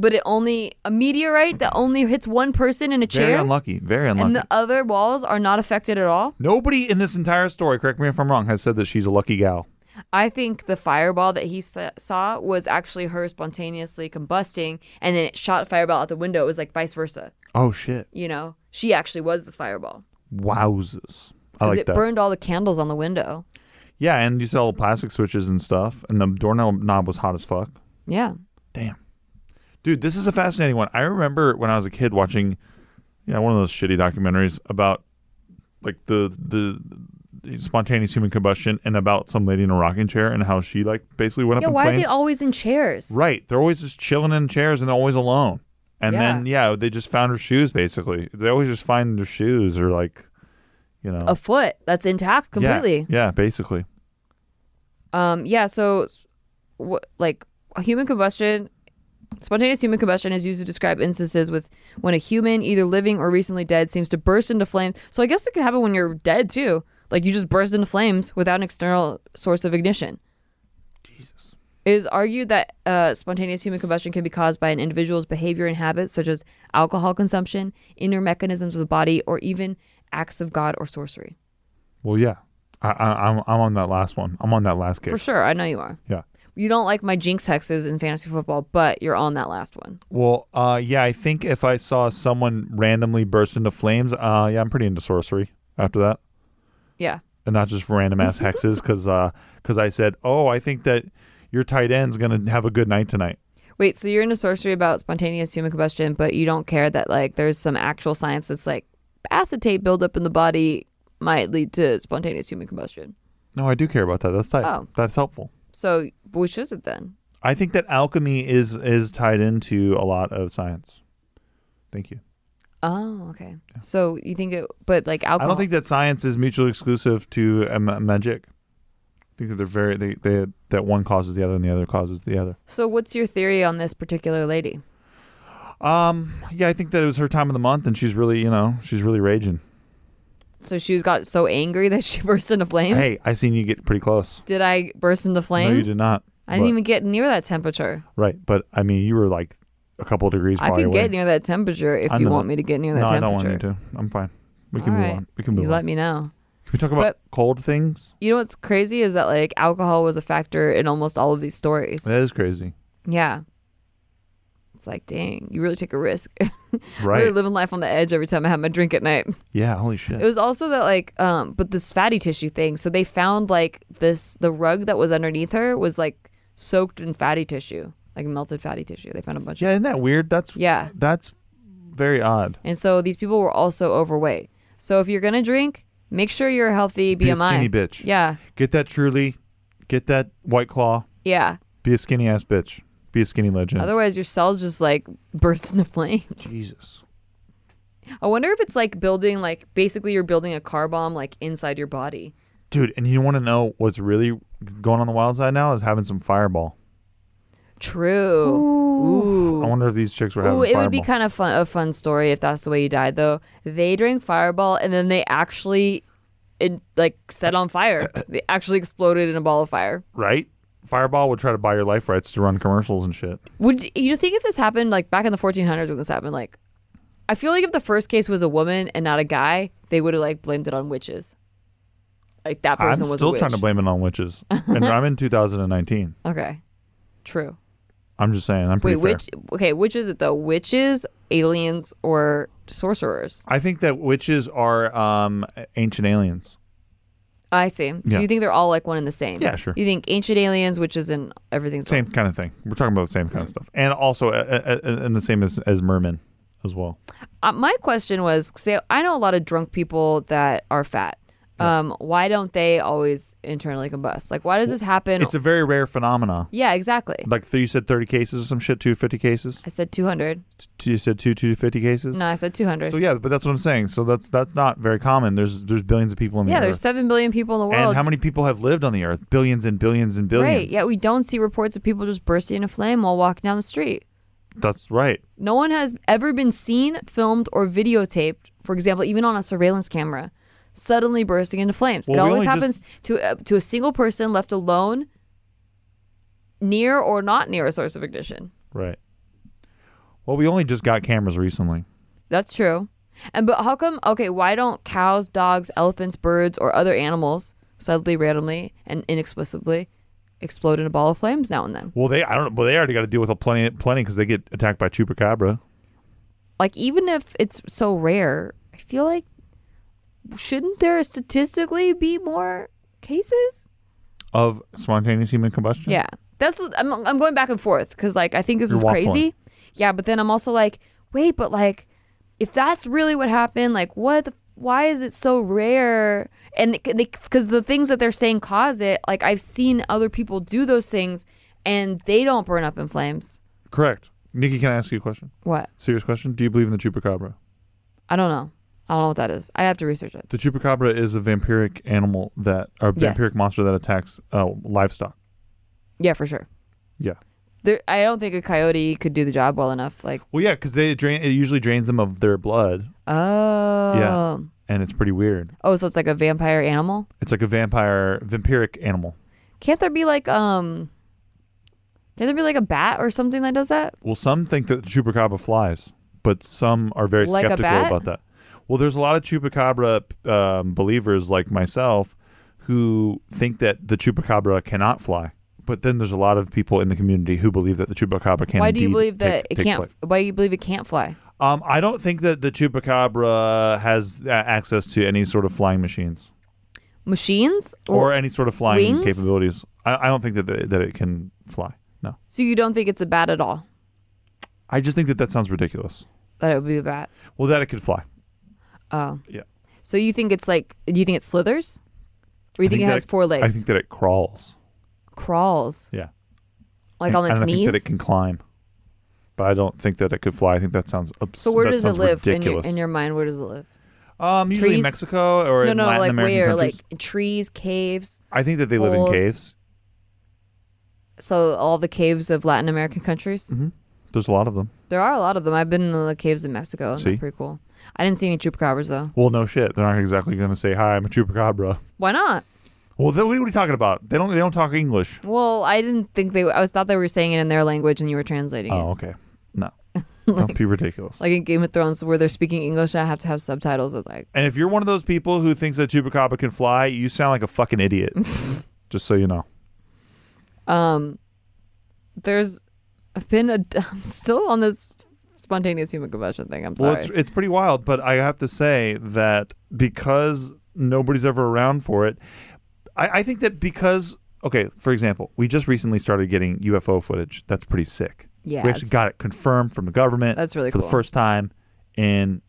Speaker 3: But it only a meteorite that only hits one person in a
Speaker 4: Very
Speaker 3: chair
Speaker 4: unlucky. Very unlucky.
Speaker 3: and the other walls are not affected at all.
Speaker 4: Nobody in this entire story, correct me if I'm wrong, has said that she's a lucky gal.
Speaker 3: I think the fireball that he sa- saw was actually her spontaneously combusting and then it shot a fireball out the window. It was like vice versa,
Speaker 4: Oh shit!
Speaker 3: you know. She actually was the fireball
Speaker 4: Wowzers! I
Speaker 3: because
Speaker 4: like
Speaker 3: it
Speaker 4: that.
Speaker 3: burned all the candles on the window.
Speaker 4: yeah, and you saw all the plastic switches and stuff, and the doorknob knob was hot as fuck.
Speaker 3: Yeah.
Speaker 4: Damn, dude, this is a fascinating one. I remember when I was a kid watching, yeah, one of those shitty documentaries about like the the spontaneous human combustion and about some lady in a rocking chair and how she like basically went
Speaker 3: Yeah,
Speaker 4: up in
Speaker 3: why are
Speaker 4: flames.
Speaker 3: they always in chairs?
Speaker 4: Right. They're always just chilling in chairs and they're always alone. And
Speaker 3: Yeah.
Speaker 4: then yeah, they just found her shoes basically. They always just find their shoes or like you know
Speaker 3: a foot that's intact
Speaker 4: Yeah.
Speaker 3: Oh, completely.
Speaker 4: Yeah, basically.
Speaker 3: Um, yeah. So, wh- like human combustion, spontaneous human combustion is used to describe instances with when a human, either living or recently dead, seems to burst into flames. So I guess it could happen when you're dead too. Like you just burst into flames without an external source of ignition.
Speaker 4: Jesus.
Speaker 3: It is argued that uh, spontaneous human combustion can be caused by an individual's behavior and habits, such as alcohol consumption, inner mechanisms of the body, or even acts of God or sorcery.
Speaker 4: Well yeah. I, I I'm I'm on that last one. I'm on that last kick.
Speaker 3: For sure, I know you are.
Speaker 4: Yeah.
Speaker 3: You don't like my jinx hexes in fantasy football, but you're on that last one.
Speaker 4: Well, uh yeah, I think if I saw someone randomly burst into flames, uh yeah, I'm pretty into sorcery after that.
Speaker 3: Yeah.
Speaker 4: and not just random ass hexes because I said, oh, I think that your tight end's gonna have a good night tonight.
Speaker 3: Wait, so you're into sorcery about spontaneous human combustion, but you don't care that like there's some actual science that's like acetate buildup in the body might lead to spontaneous human combustion.
Speaker 4: No, I do care about that. That's tight.
Speaker 3: Oh.
Speaker 4: That's helpful.
Speaker 3: So which is it then?
Speaker 4: I think that alchemy is is tied into a lot of science. Thank you.
Speaker 3: Oh, okay. So you think it, but like alcohol.
Speaker 4: I don't think that science is mutually exclusive to um, magic. I think that they're very they, they that one causes the other and the other causes the other.
Speaker 3: So what's your theory on this particular lady?
Speaker 4: Um, yeah, I think that it was her time of the month, and she's really you know she's really raging.
Speaker 3: So she was got so angry that she burst into flames.
Speaker 4: Hey, I seen you get pretty close.
Speaker 3: Did I burst into flames?
Speaker 4: No, you did not.
Speaker 3: I didn't
Speaker 4: But-
Speaker 3: even get near that temperature.
Speaker 4: Right, but I mean, you were like a couple degrees.
Speaker 3: I
Speaker 4: probably
Speaker 3: could
Speaker 4: away.
Speaker 3: get near that temperature if
Speaker 4: I
Speaker 3: you
Speaker 4: know
Speaker 3: want
Speaker 4: that.
Speaker 3: me to get near that
Speaker 4: No, I don't
Speaker 3: temperature.
Speaker 4: want you to. I'm fine. We can
Speaker 3: All
Speaker 4: move
Speaker 3: right.
Speaker 4: on. We can move
Speaker 3: You
Speaker 4: on.
Speaker 3: let me know.
Speaker 4: can we talk about
Speaker 3: But-
Speaker 4: cold things?
Speaker 3: You know what's crazy is that like alcohol was a factor in almost all of these stories.
Speaker 4: That is crazy.
Speaker 3: Yeah. It's like, dang, you really take a risk.
Speaker 4: Right.
Speaker 3: really living life on the edge every time I have my drink at night.
Speaker 4: yeah. Holy shit.
Speaker 3: It was also that like, um, but this fatty tissue thing. So they found like this the rug that was underneath her was like soaked in fatty tissue, like melted fatty tissue. They found a bunch.
Speaker 4: yeah. Isn't that weird? That's
Speaker 3: Of, yeah.
Speaker 4: that's very odd.
Speaker 3: And so these people were also overweight. So if you're gonna drink, make sure you're a healthy BMI.
Speaker 4: Be a skinny bitch.
Speaker 3: Yeah.
Speaker 4: Get that truly. Get that white claw.
Speaker 3: Yeah.
Speaker 4: Be a skinny ass bitch. Be a skinny legend.
Speaker 3: Otherwise, your cells just like burst into flames.
Speaker 4: Jesus.
Speaker 3: I wonder if it's like building, like basically you're building a car bomb like inside your body.
Speaker 4: Dude, and you want to know what's really going on the wild side now is having some fireball.
Speaker 3: True. Ooh.
Speaker 4: I wonder if these chicks were having
Speaker 3: Ooh, it
Speaker 4: fireball.
Speaker 3: would be kind of fun, a fun story if that's the way you died, though. They drank Fireball and then they actually, it, like, set on fire. They actually exploded in a ball of fire.
Speaker 4: right? Fireball would try to buy your life rights to run commercials and shit.
Speaker 3: Would you- you think if this happened like back in the 1400s when this happened? Like, I feel like if the first case was a woman and not a guy, they would have like blamed it on witches. Like that person
Speaker 4: I'm
Speaker 3: was
Speaker 4: still
Speaker 3: a witch.
Speaker 4: trying to blame it on witches, and I'm in 2019.
Speaker 3: Okay, true.
Speaker 4: I'm just saying, I'm
Speaker 3: Wait,
Speaker 4: pretty fair.
Speaker 3: which? Okay, which is it though? Witches, aliens, or sorcerers?
Speaker 4: I think that witches are um, ancient aliens.
Speaker 3: I see. So
Speaker 4: Yeah.
Speaker 3: you think they're all like one and the same?
Speaker 4: Yeah, sure.
Speaker 3: You think ancient aliens, witches, and everything's
Speaker 4: Same kind of thing. We're talking about the same kind
Speaker 3: Mm-hmm.
Speaker 4: of stuff, and also uh, uh, uh, and the same as as mermen as well.
Speaker 3: Uh, my question was: say, I know a lot of drunk people that are fat. Um, why don't they always internally combust? Like, why does this happen?
Speaker 4: It's a very rare phenomena.
Speaker 3: yeah, exactly.
Speaker 4: Like th- you said, 30 cases or some shit, 250 cases.
Speaker 3: I said 200.
Speaker 4: T- You said two 250 cases.
Speaker 3: No, I said 200.
Speaker 4: So yeah, but that's what I'm saying. So that's that's not very common. There's there's billions of people in the
Speaker 3: yeah,
Speaker 4: earth.
Speaker 3: there's 7 billion people in the world.
Speaker 4: and how many people have lived on the earth? Billions and billions and billions.
Speaker 3: Right. Yeah, we don't see reports of people just bursting into flame while walking down the street.
Speaker 4: That's right.
Speaker 3: No one has ever been seen, filmed, or videotaped, for example, even on a surveillance camera, suddenly bursting into flames.
Speaker 4: Well,
Speaker 3: it
Speaker 4: we
Speaker 3: always
Speaker 4: only
Speaker 3: happens
Speaker 4: just-
Speaker 3: to, uh, to a single person left alone near or not near a source of ignition.
Speaker 4: Right. Well, we only just got cameras recently.
Speaker 3: That's true. And but how come? Okay, why don't cows, dogs, elephants, birds, or other animals suddenly, randomly, and inexplicably explode in a ball of flames now and then?
Speaker 4: Well, they I don't. Well, they already got to deal with a plenty, plenty because they get attacked by chupacabra.
Speaker 3: Like even if it's so rare, I feel like shouldn't there statistically be more cases?
Speaker 4: Of spontaneous human combustion?
Speaker 3: Yeah, that's what- I'm I'm going back and forth because like I think this
Speaker 4: You're
Speaker 3: is crazy. Yeah, but then I'm also like, wait, but like if that's really what happened, like what? The, why is it so rare? And because the things that they're saying cause it, like I've seen other people do those things and they don't burn up in flames.
Speaker 4: Correct. Nikki, can I ask you a question?
Speaker 3: What?
Speaker 4: Serious question. Do you believe in the chupacabra?
Speaker 3: I don't know. I don't know what that is. I have to research it.
Speaker 4: The chupacabra is a vampiric animal that, or vampiric
Speaker 3: Yes.
Speaker 4: monster that attacks uh, livestock.
Speaker 3: Yeah, for sure.
Speaker 4: Yeah.
Speaker 3: There, I don't think a coyote could do the job well enough. Like,
Speaker 4: Well, yeah, because they drain. It usually drains them of their blood,
Speaker 3: oh,
Speaker 4: and it's pretty weird.
Speaker 3: oh, so it's like a vampire animal.
Speaker 4: It's like a vampire, vampiric animal.
Speaker 3: Can't there be like um? Can there be like a bat or something that does that?
Speaker 4: Well, some think that chupacabra flies, but some are very
Speaker 3: Like a
Speaker 4: skeptical
Speaker 3: bat?
Speaker 4: about that. Well, there's a lot of chupacabra um, believers like myself who think that the chupacabra cannot fly. But then there's a lot of people in the community who believe that the chupacabra can.
Speaker 3: Why do you
Speaker 4: indeed
Speaker 3: believe that
Speaker 4: take-
Speaker 3: it
Speaker 4: take
Speaker 3: can't?
Speaker 4: flight.
Speaker 3: Why do you believe it can't fly?
Speaker 4: Um, I don't think that the chupacabra has uh, access to any sort of flying machines
Speaker 3: Machines
Speaker 4: or, any sort of flying
Speaker 3: wings?
Speaker 4: capabilities. I, I don't think that the, that it can fly. No,
Speaker 3: so you don't think it's a bat at all?
Speaker 4: I just think that that sounds ridiculous.
Speaker 3: That it would be a bat.
Speaker 4: Well, that it could fly.
Speaker 3: Oh,
Speaker 4: Yeah.
Speaker 3: so you think it's like? Do you think it slithers? Or you
Speaker 4: I
Speaker 3: think, it
Speaker 4: that
Speaker 3: has four legs?
Speaker 4: I think that it crawls.
Speaker 3: crawls
Speaker 4: Yeah.
Speaker 3: like on
Speaker 4: And
Speaker 3: its
Speaker 4: I
Speaker 3: knees.
Speaker 4: think that it can climb, but I don't think that it could fly. I think that sounds abs-
Speaker 3: so where
Speaker 4: that
Speaker 3: does it
Speaker 4: sounds
Speaker 3: live in your,
Speaker 4: ridiculous.
Speaker 3: in your mind? Where does it live?
Speaker 4: um, usually in
Speaker 3: trees?
Speaker 4: Mexico or
Speaker 3: no,
Speaker 4: in
Speaker 3: no,
Speaker 4: Latin
Speaker 3: like
Speaker 4: American
Speaker 3: where?
Speaker 4: countries.
Speaker 3: Like trees, caves.
Speaker 4: I think that they live in
Speaker 3: holes?
Speaker 4: caves.
Speaker 3: So all the caves of Latin American countries.
Speaker 4: There's a lot of them.
Speaker 3: There are a lot of them. I've been in the caves in Mexico. And
Speaker 4: See?
Speaker 3: they're pretty cool. I didn't see any chupacabras though.
Speaker 4: Well, no shit. They're not exactly going to say, hi, I'm a chupacabra.
Speaker 3: Why not?
Speaker 4: Well, then what are you talking about? They don't, they don't talk English.
Speaker 3: Well, I didn't think they. I was thought they were saying it in their language, and you were translating
Speaker 4: Oh,
Speaker 3: it.
Speaker 4: okay. No. don't be ridiculous.
Speaker 3: Like in Game of Thrones, where they're speaking English, I have to have subtitles. It's like,
Speaker 4: and if you're one of those people who thinks that chupacabra can fly, you sound like a fucking idiot. Just so you know.
Speaker 3: um, there's, I've been a, I'm still on this spontaneous human combustion thing. I'm sorry.
Speaker 4: Well, it's it's pretty wild, but I have to say that because nobody's ever around for it, I, I think that because okay, for example, we just recently started getting UFO footage. That's pretty sick.
Speaker 3: Yeah,
Speaker 4: we
Speaker 3: it's-
Speaker 4: actually got it confirmed from the government.
Speaker 3: That's really
Speaker 4: for
Speaker 3: cool.
Speaker 4: the first time in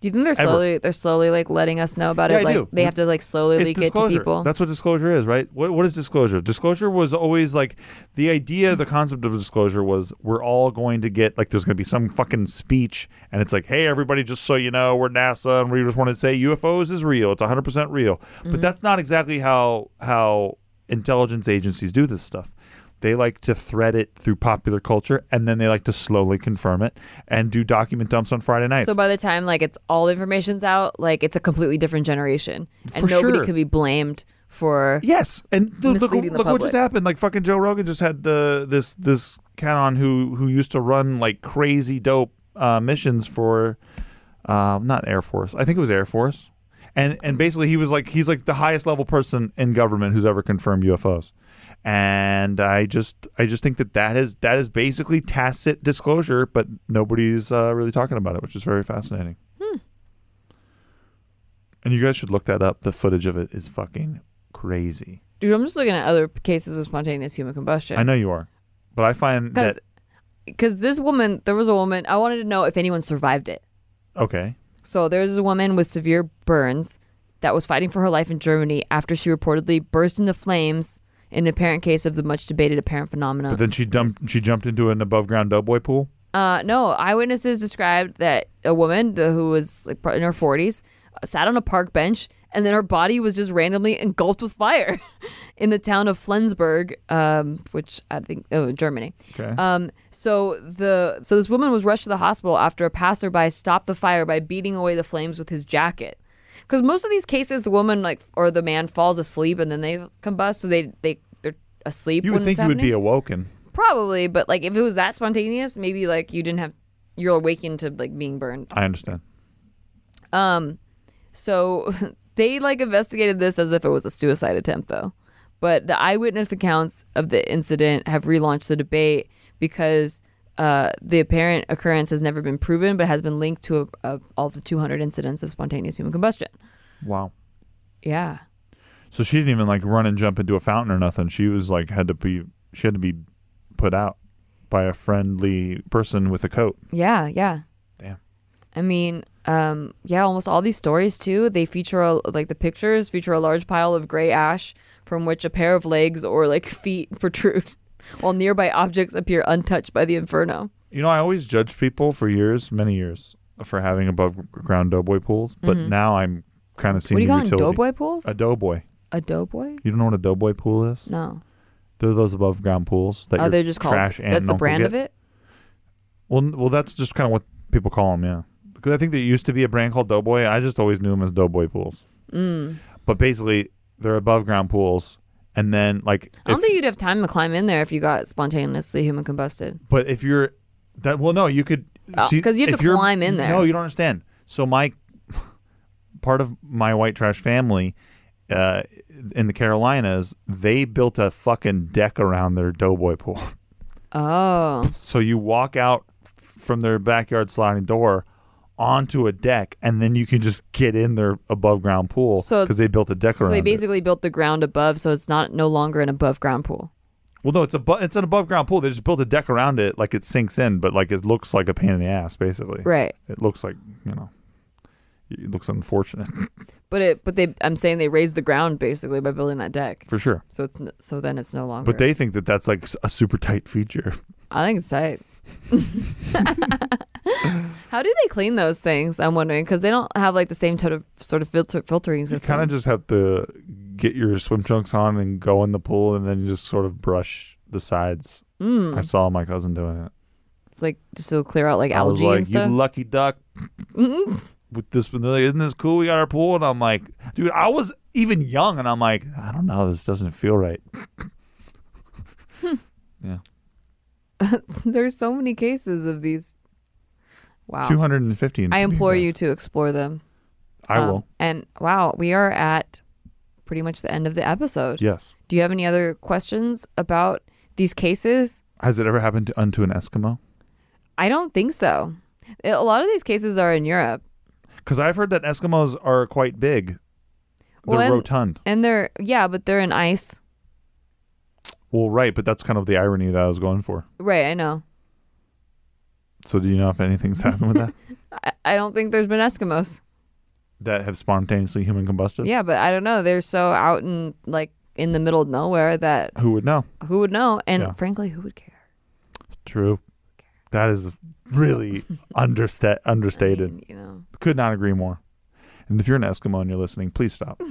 Speaker 3: Do you think they're
Speaker 4: ever.
Speaker 3: slowly they're slowly like letting us know about
Speaker 4: Yeah,
Speaker 3: it?
Speaker 4: I
Speaker 3: like
Speaker 4: do.
Speaker 3: they have to like slowly
Speaker 4: it's
Speaker 3: leak it to
Speaker 4: disclosure.
Speaker 3: people.
Speaker 4: That's what disclosure is, right? What what is disclosure? Disclosure was always like the idea, the concept of disclosure was we're all going to get like there's going to be some fucking speech, and it's like, hey, everybody, just so you know, we're NASA, and we just want to say UFOs is real. It's 100 percent real.
Speaker 3: Mm-hmm.
Speaker 4: But that's not exactly how how intelligence agencies do this stuff. They like to thread it through popular culture, and then they like to slowly confirm it and do document dumps on Friday nights.
Speaker 3: so by the time like it's all the information's out, like it's a completely different generation, and
Speaker 4: For
Speaker 3: nobody
Speaker 4: sure.
Speaker 3: could be blamed for.
Speaker 4: Yes, and dude, look,
Speaker 3: Misleading the
Speaker 4: look what just
Speaker 3: public.
Speaker 4: happened. Like fucking Joe Rogan just had the this this cat on who who used to run like crazy dope uh, missions for uh, not Air Force. I think it was Air Force, and and basically he was like he's like the highest level person in government who's ever confirmed UFOs, and I just I just think that that is that is basically tacit disclosure, but nobody's uh, really talking about it, which is very fascinating.
Speaker 3: Hmm.
Speaker 4: And you guys should look that up. The footage of it is fucking crazy.
Speaker 3: Dude, I'm just looking at other cases of spontaneous human combustion.
Speaker 4: I know you are, but I find that
Speaker 3: because because this woman there was a woman i wanted to know if anyone survived it
Speaker 4: okay.
Speaker 3: so there's a woman with severe burns that was fighting for her life in germany after she reportedly burst into flames in an apparent case of the much debated apparent phenomenon
Speaker 4: But then she dumped. She jumped into an above ground doughboy pool.
Speaker 3: Uh, no, eyewitnesses described that a woman the, who was like pro- in her 40s uh, sat on a park bench and then her body was just randomly engulfed with fire in the town of Flensburg, um, which I think oh, Germany.
Speaker 4: Okay.
Speaker 3: Um, so the so this woman was rushed to the hospital after a passerby stopped the fire by beating away the flames with his jacket. Because most of these cases, the woman like or the man falls asleep and then they combust, so they they they're asleep.
Speaker 4: You
Speaker 3: when
Speaker 4: would
Speaker 3: it's
Speaker 4: think you would
Speaker 3: happening.
Speaker 4: be awoken.
Speaker 3: Probably, but like if it was that spontaneous, maybe like you didn't have you're awakened to like being burned.
Speaker 4: I understand.
Speaker 3: Um so they like investigated this as if it was a suicide attempt though. But the eyewitness accounts of the incident have relaunched the debate because uh, the apparent occurrence has never been proven, but has been linked to a, a, all the 200 incidents of spontaneous human combustion.
Speaker 4: Wow.
Speaker 3: Yeah.
Speaker 4: So she didn't even like run and jump into a fountain or nothing. She was like had to be. She had to be put out by a friendly person with a coat.
Speaker 3: Yeah, yeah.
Speaker 4: Damn.
Speaker 3: I mean, um, yeah, almost all these stories too. They feature a, like the pictures feature a large pile of gray ash from which a pair of legs or like feet protrude, while nearby objects appear untouched by the inferno.
Speaker 4: You know, I always judged people for years, many years, for having above ground doughboy pools. But now I'm kind of
Speaker 3: Mm-hmm. what do
Speaker 4: seeing
Speaker 3: you
Speaker 4: the
Speaker 3: call them?
Speaker 4: utility.
Speaker 3: Doughboy pools?
Speaker 4: A
Speaker 3: A,
Speaker 4: doughboy.
Speaker 3: doughboy?
Speaker 4: You don't know what a doughboy pool is?
Speaker 3: No.
Speaker 4: They're those above ground pools that
Speaker 3: Oh,
Speaker 4: your
Speaker 3: they're just called.
Speaker 4: trash aunt
Speaker 3: That's
Speaker 4: and
Speaker 3: the
Speaker 4: uncle
Speaker 3: brand
Speaker 4: get.
Speaker 3: of it.
Speaker 4: Well, n- well, that's just kind of what people call them, yeah. Because I think there used to be a brand called Doughboy. I just always knew them as Doughboy pools.
Speaker 3: Mm.
Speaker 4: But basically, they're above ground pools, and then like,
Speaker 3: I don't
Speaker 4: if-
Speaker 3: think you'd have time to climb in there if you got spontaneously human combusted.
Speaker 4: but if you're that, well, no, you could
Speaker 3: Oh,
Speaker 4: see,
Speaker 3: 'cause you have
Speaker 4: if
Speaker 3: to
Speaker 4: you're-
Speaker 3: climb in there.
Speaker 4: No, you don't understand. So my part of my white trash family uh, in the Carolinas, they built a fucking deck around their Doughboy pool.
Speaker 3: Oh,
Speaker 4: So you walk out f- from their backyard sliding door onto a deck, and then you can just get in their above ground pool
Speaker 3: So
Speaker 4: because
Speaker 3: it's-
Speaker 4: they built a deck
Speaker 3: so
Speaker 4: around
Speaker 3: they
Speaker 4: it.
Speaker 3: basically built the ground above, so it's not no longer an above ground pool.
Speaker 4: Well, no, it's a bu- it's an above ground pool. They just built a deck around it, like it sinks in, but like it looks like a pain in the ass, basically.
Speaker 3: Right.
Speaker 4: It looks like you know, it looks unfortunate
Speaker 3: But it, but they, I'm saying they raised the ground basically by building that deck.
Speaker 4: for sure.
Speaker 3: So it's n- so then it's no longer.
Speaker 4: But they think that that's like s- a super tight feature.
Speaker 3: I think it's tight. How do they clean those things? I'm wondering because they don't have like the same type of sort of filter filtering
Speaker 4: You
Speaker 3: system.
Speaker 4: kind of just have to get your swim trunks on and go in the pool, and then you just sort of brush the sides. I
Speaker 3: mm,
Speaker 4: saw my cousin doing it.
Speaker 3: it's like just to clear out like
Speaker 4: I was
Speaker 3: algae
Speaker 4: like,
Speaker 3: and stuff. Mm-hmm.
Speaker 4: You lucky duck, with this, and they're like, isn't this cool? We got our pool, and I'm like, dude, I was even young, and I'm like, I don't know, this doesn't feel right. yeah,
Speaker 3: There's so many cases of these. Wow.
Speaker 4: two hundred and fifty.
Speaker 3: Oh. I implore you to explore them.
Speaker 4: I
Speaker 3: Um,
Speaker 4: will.
Speaker 3: And wow, we are at pretty much the end of the episode.
Speaker 4: Yes.
Speaker 3: Do you have any other questions about these cases?
Speaker 4: Has it ever happened to, unto an Eskimo?
Speaker 3: I don't think so. A lot of these cases are in Europe.
Speaker 4: Because I've heard that Eskimos are quite big. They're
Speaker 3: Well, and-
Speaker 4: rotund.
Speaker 3: And they're yeah, but they're in ice.
Speaker 4: Well, right, but that's kind of the irony that I was going for.
Speaker 3: Right, I know.
Speaker 4: So, do you know if anything's happened with that?
Speaker 3: I, I don't think there's been Eskimos.
Speaker 4: That have spontaneously human combusted?
Speaker 3: Yeah, but I don't know. They're so out in like in the middle of nowhere that
Speaker 4: Who would know?
Speaker 3: who would know? And
Speaker 4: Yeah.
Speaker 3: frankly, who would care?
Speaker 4: True. That is really understa-
Speaker 3: I
Speaker 4: understated.
Speaker 3: mean, you know.
Speaker 4: Could not agree more. And if you're an Eskimo and you're listening, please stop.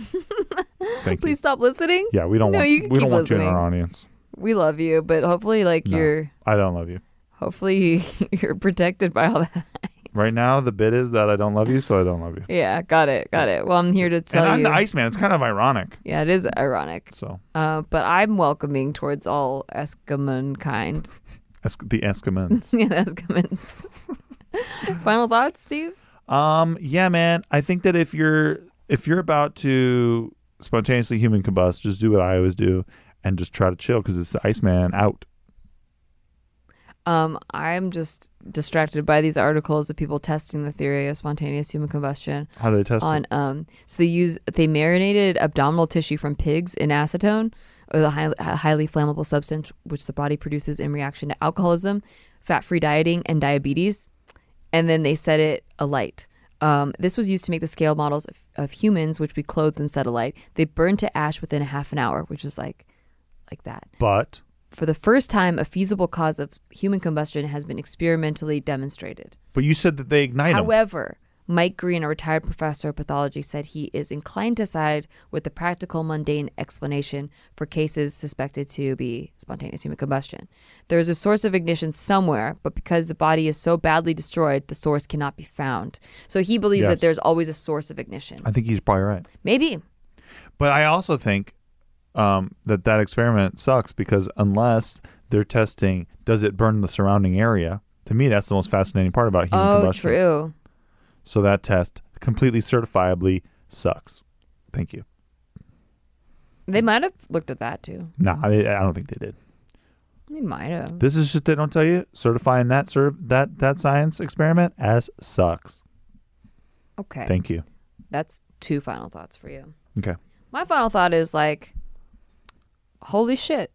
Speaker 4: Thank
Speaker 3: Please stop listening.
Speaker 4: you. Yeah, we don't
Speaker 3: No,
Speaker 4: want
Speaker 3: you
Speaker 4: we
Speaker 3: can
Speaker 4: don't
Speaker 3: keep
Speaker 4: want you in
Speaker 3: listening.
Speaker 4: our audience.
Speaker 3: We love you, but hopefully like
Speaker 4: No.
Speaker 3: you're
Speaker 4: I don't love you.
Speaker 3: hopefully you're protected by all that.
Speaker 4: Right now, the bit is that I don't love you, so I don't love you.
Speaker 3: Yeah, got it. Got it. Well, I'm here to tell
Speaker 4: and I'm
Speaker 3: you.
Speaker 4: the Iceman. It's kind of ironic.
Speaker 3: yeah, it is ironic.
Speaker 4: So,
Speaker 3: Uh, but I'm welcoming towards all Eskimo kind.
Speaker 4: es- the Eskimans.
Speaker 3: yeah, Eskimans. Final thoughts, Steve?
Speaker 4: Um, yeah, man. I think that if you're if you're about to spontaneously human combust, just do what I always do and just try to chill because it's the Iceman out.
Speaker 3: Um, I'm just distracted by these articles of people testing the theory of spontaneous human combustion
Speaker 4: How do they test
Speaker 3: on
Speaker 4: it?
Speaker 3: um so they use they marinated abdominal tissue from pigs in acetone or the high, highly flammable substance which the body produces in reaction to alcoholism fat-free dieting and diabetes and then they set it alight um, this was used to make the scale models of, of humans which we clothed and set alight they burned to ash within a half an hour which is like like that
Speaker 4: But
Speaker 3: for the first time a feasible cause of human combustion has been experimentally demonstrated
Speaker 4: but you said that they ignite him.
Speaker 3: However, Mike Green, a retired professor of pathology, said he is inclined to side with the practical, mundane explanation for cases suspected to be spontaneous human combustion. There is a source of ignition somewhere, but because the body is so badly destroyed, the source cannot be found. So he believes
Speaker 4: Yes.
Speaker 3: that there's always a source of ignition.
Speaker 4: I think he's probably right.
Speaker 3: Maybe.
Speaker 4: But I also think um, that that experiment sucks because unless they're testing, does it burn the surrounding area? To me, that's the most fascinating part about human
Speaker 3: Oh,
Speaker 4: combustion.
Speaker 3: true.
Speaker 4: So that test completely certifiably sucks. Thank you.
Speaker 3: They might have looked at that too.
Speaker 4: Nah, I, I don't think they did.
Speaker 3: They might have.
Speaker 4: This is shit they don't tell you. Certifying that serve that that science experiment as sucks.
Speaker 3: Okay.
Speaker 4: Thank you.
Speaker 3: That's two final thoughts for you.
Speaker 4: Okay.
Speaker 3: My final thought is like, holy shit,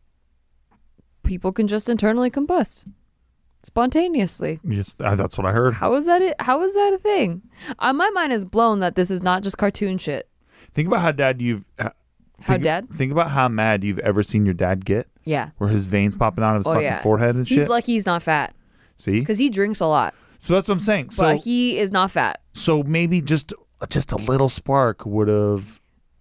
Speaker 3: people can just internally combust spontaneously.
Speaker 4: Yes, uh, that's what I heard.
Speaker 3: How is that? A, how is that a thing? Uh, my mind is blown that this is not just cartoon shit.
Speaker 4: Think about how dad you've uh,
Speaker 3: How
Speaker 4: think,
Speaker 3: dad?
Speaker 4: Think about how mad you've ever seen your dad get,
Speaker 3: Yeah.
Speaker 4: where his veins popping out of his
Speaker 3: Oh
Speaker 4: fucking
Speaker 3: yeah.
Speaker 4: forehead and
Speaker 3: he's
Speaker 4: shit.
Speaker 3: lucky he's not fat
Speaker 4: See,
Speaker 3: because he drinks a lot,
Speaker 4: so that's what I'm saying. So
Speaker 3: but he is not fat.
Speaker 4: so maybe just just a little spark would have,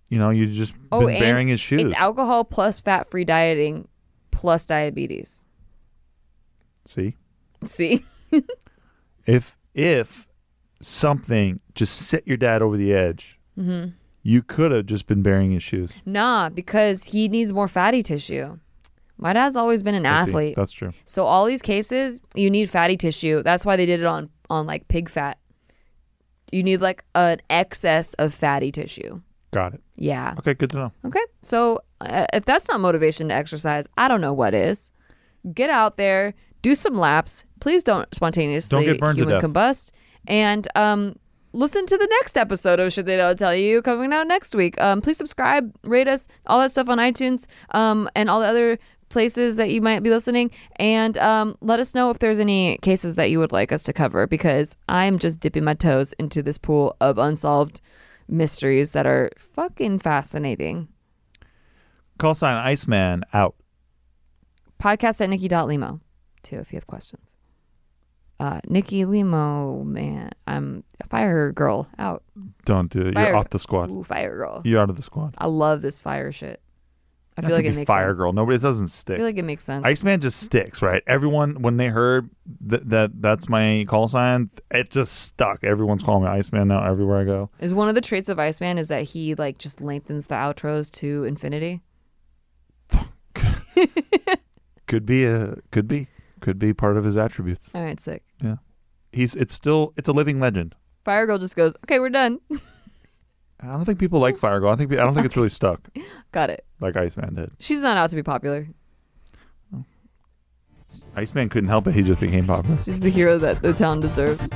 Speaker 4: you know, you just
Speaker 3: Oh,
Speaker 4: been
Speaker 3: and
Speaker 4: bearing his shoes.
Speaker 3: It's alcohol plus fat-free dieting plus diabetes.
Speaker 4: See,
Speaker 3: See,
Speaker 4: if if something just set your dad over the edge,
Speaker 3: Mm-hmm.
Speaker 4: you could have just been bearing his shoes.
Speaker 3: nah, because he needs more fatty tissue. My dad's always been an
Speaker 4: I see.
Speaker 3: athlete.
Speaker 4: That's true.
Speaker 3: So all these cases, you need fatty tissue. That's why they did it on on like pig fat. You need like an excess of fatty tissue.
Speaker 4: Got it.
Speaker 3: Yeah.
Speaker 4: Okay, good to know.
Speaker 3: Okay. So uh, if that's not motivation to exercise, I don't know what is. Get out there, do some laps. Please don't spontaneously
Speaker 4: Don't get burned to
Speaker 3: human
Speaker 4: death.
Speaker 3: combust. And um, listen to the next episode of Should They Don't Tell You coming out next week. Um, please subscribe, rate us, all that stuff on iTunes um, and all the other places that you might be listening. And um, let us know if there's any cases that you would like us to cover because I'm just dipping my toes into this pool of unsolved mysteries that are fucking fascinating.
Speaker 4: Call sign Iceman out.
Speaker 3: podcast at nikki.limo too if you have questions uh nikki limo man i'm a fire girl out
Speaker 4: Don't do it.
Speaker 3: Fire-
Speaker 4: You're off the squad.
Speaker 3: Ooh, fire girl
Speaker 4: You're out of the squad.
Speaker 3: i love this fire shit I feel like it
Speaker 4: Could be
Speaker 3: makes
Speaker 4: Fire
Speaker 3: sense.
Speaker 4: Girl. Nobody it doesn't
Speaker 3: I
Speaker 4: stick.
Speaker 3: feel like it makes sense.
Speaker 4: Iceman just sticks, right? Everyone when they heard th- that that's my call sign, it just stuck. Everyone's calling me Iceman now everywhere I go.
Speaker 3: is one of the traits of Iceman is that he like just lengthens the outros to infinity.
Speaker 4: Could be a could be could be part of his attributes.
Speaker 3: All right, sick.
Speaker 4: He's it's still it's a living legend.
Speaker 3: Fire Girl just goes, okay, we're done.
Speaker 4: I don't think people like Fire Girl. I think I don't think it's really stuck
Speaker 3: Got it.
Speaker 4: like Iceman did.
Speaker 3: She's not out to be popular.
Speaker 4: Iceman couldn't help it; he just became popular.
Speaker 3: She's the hero that the town deserves.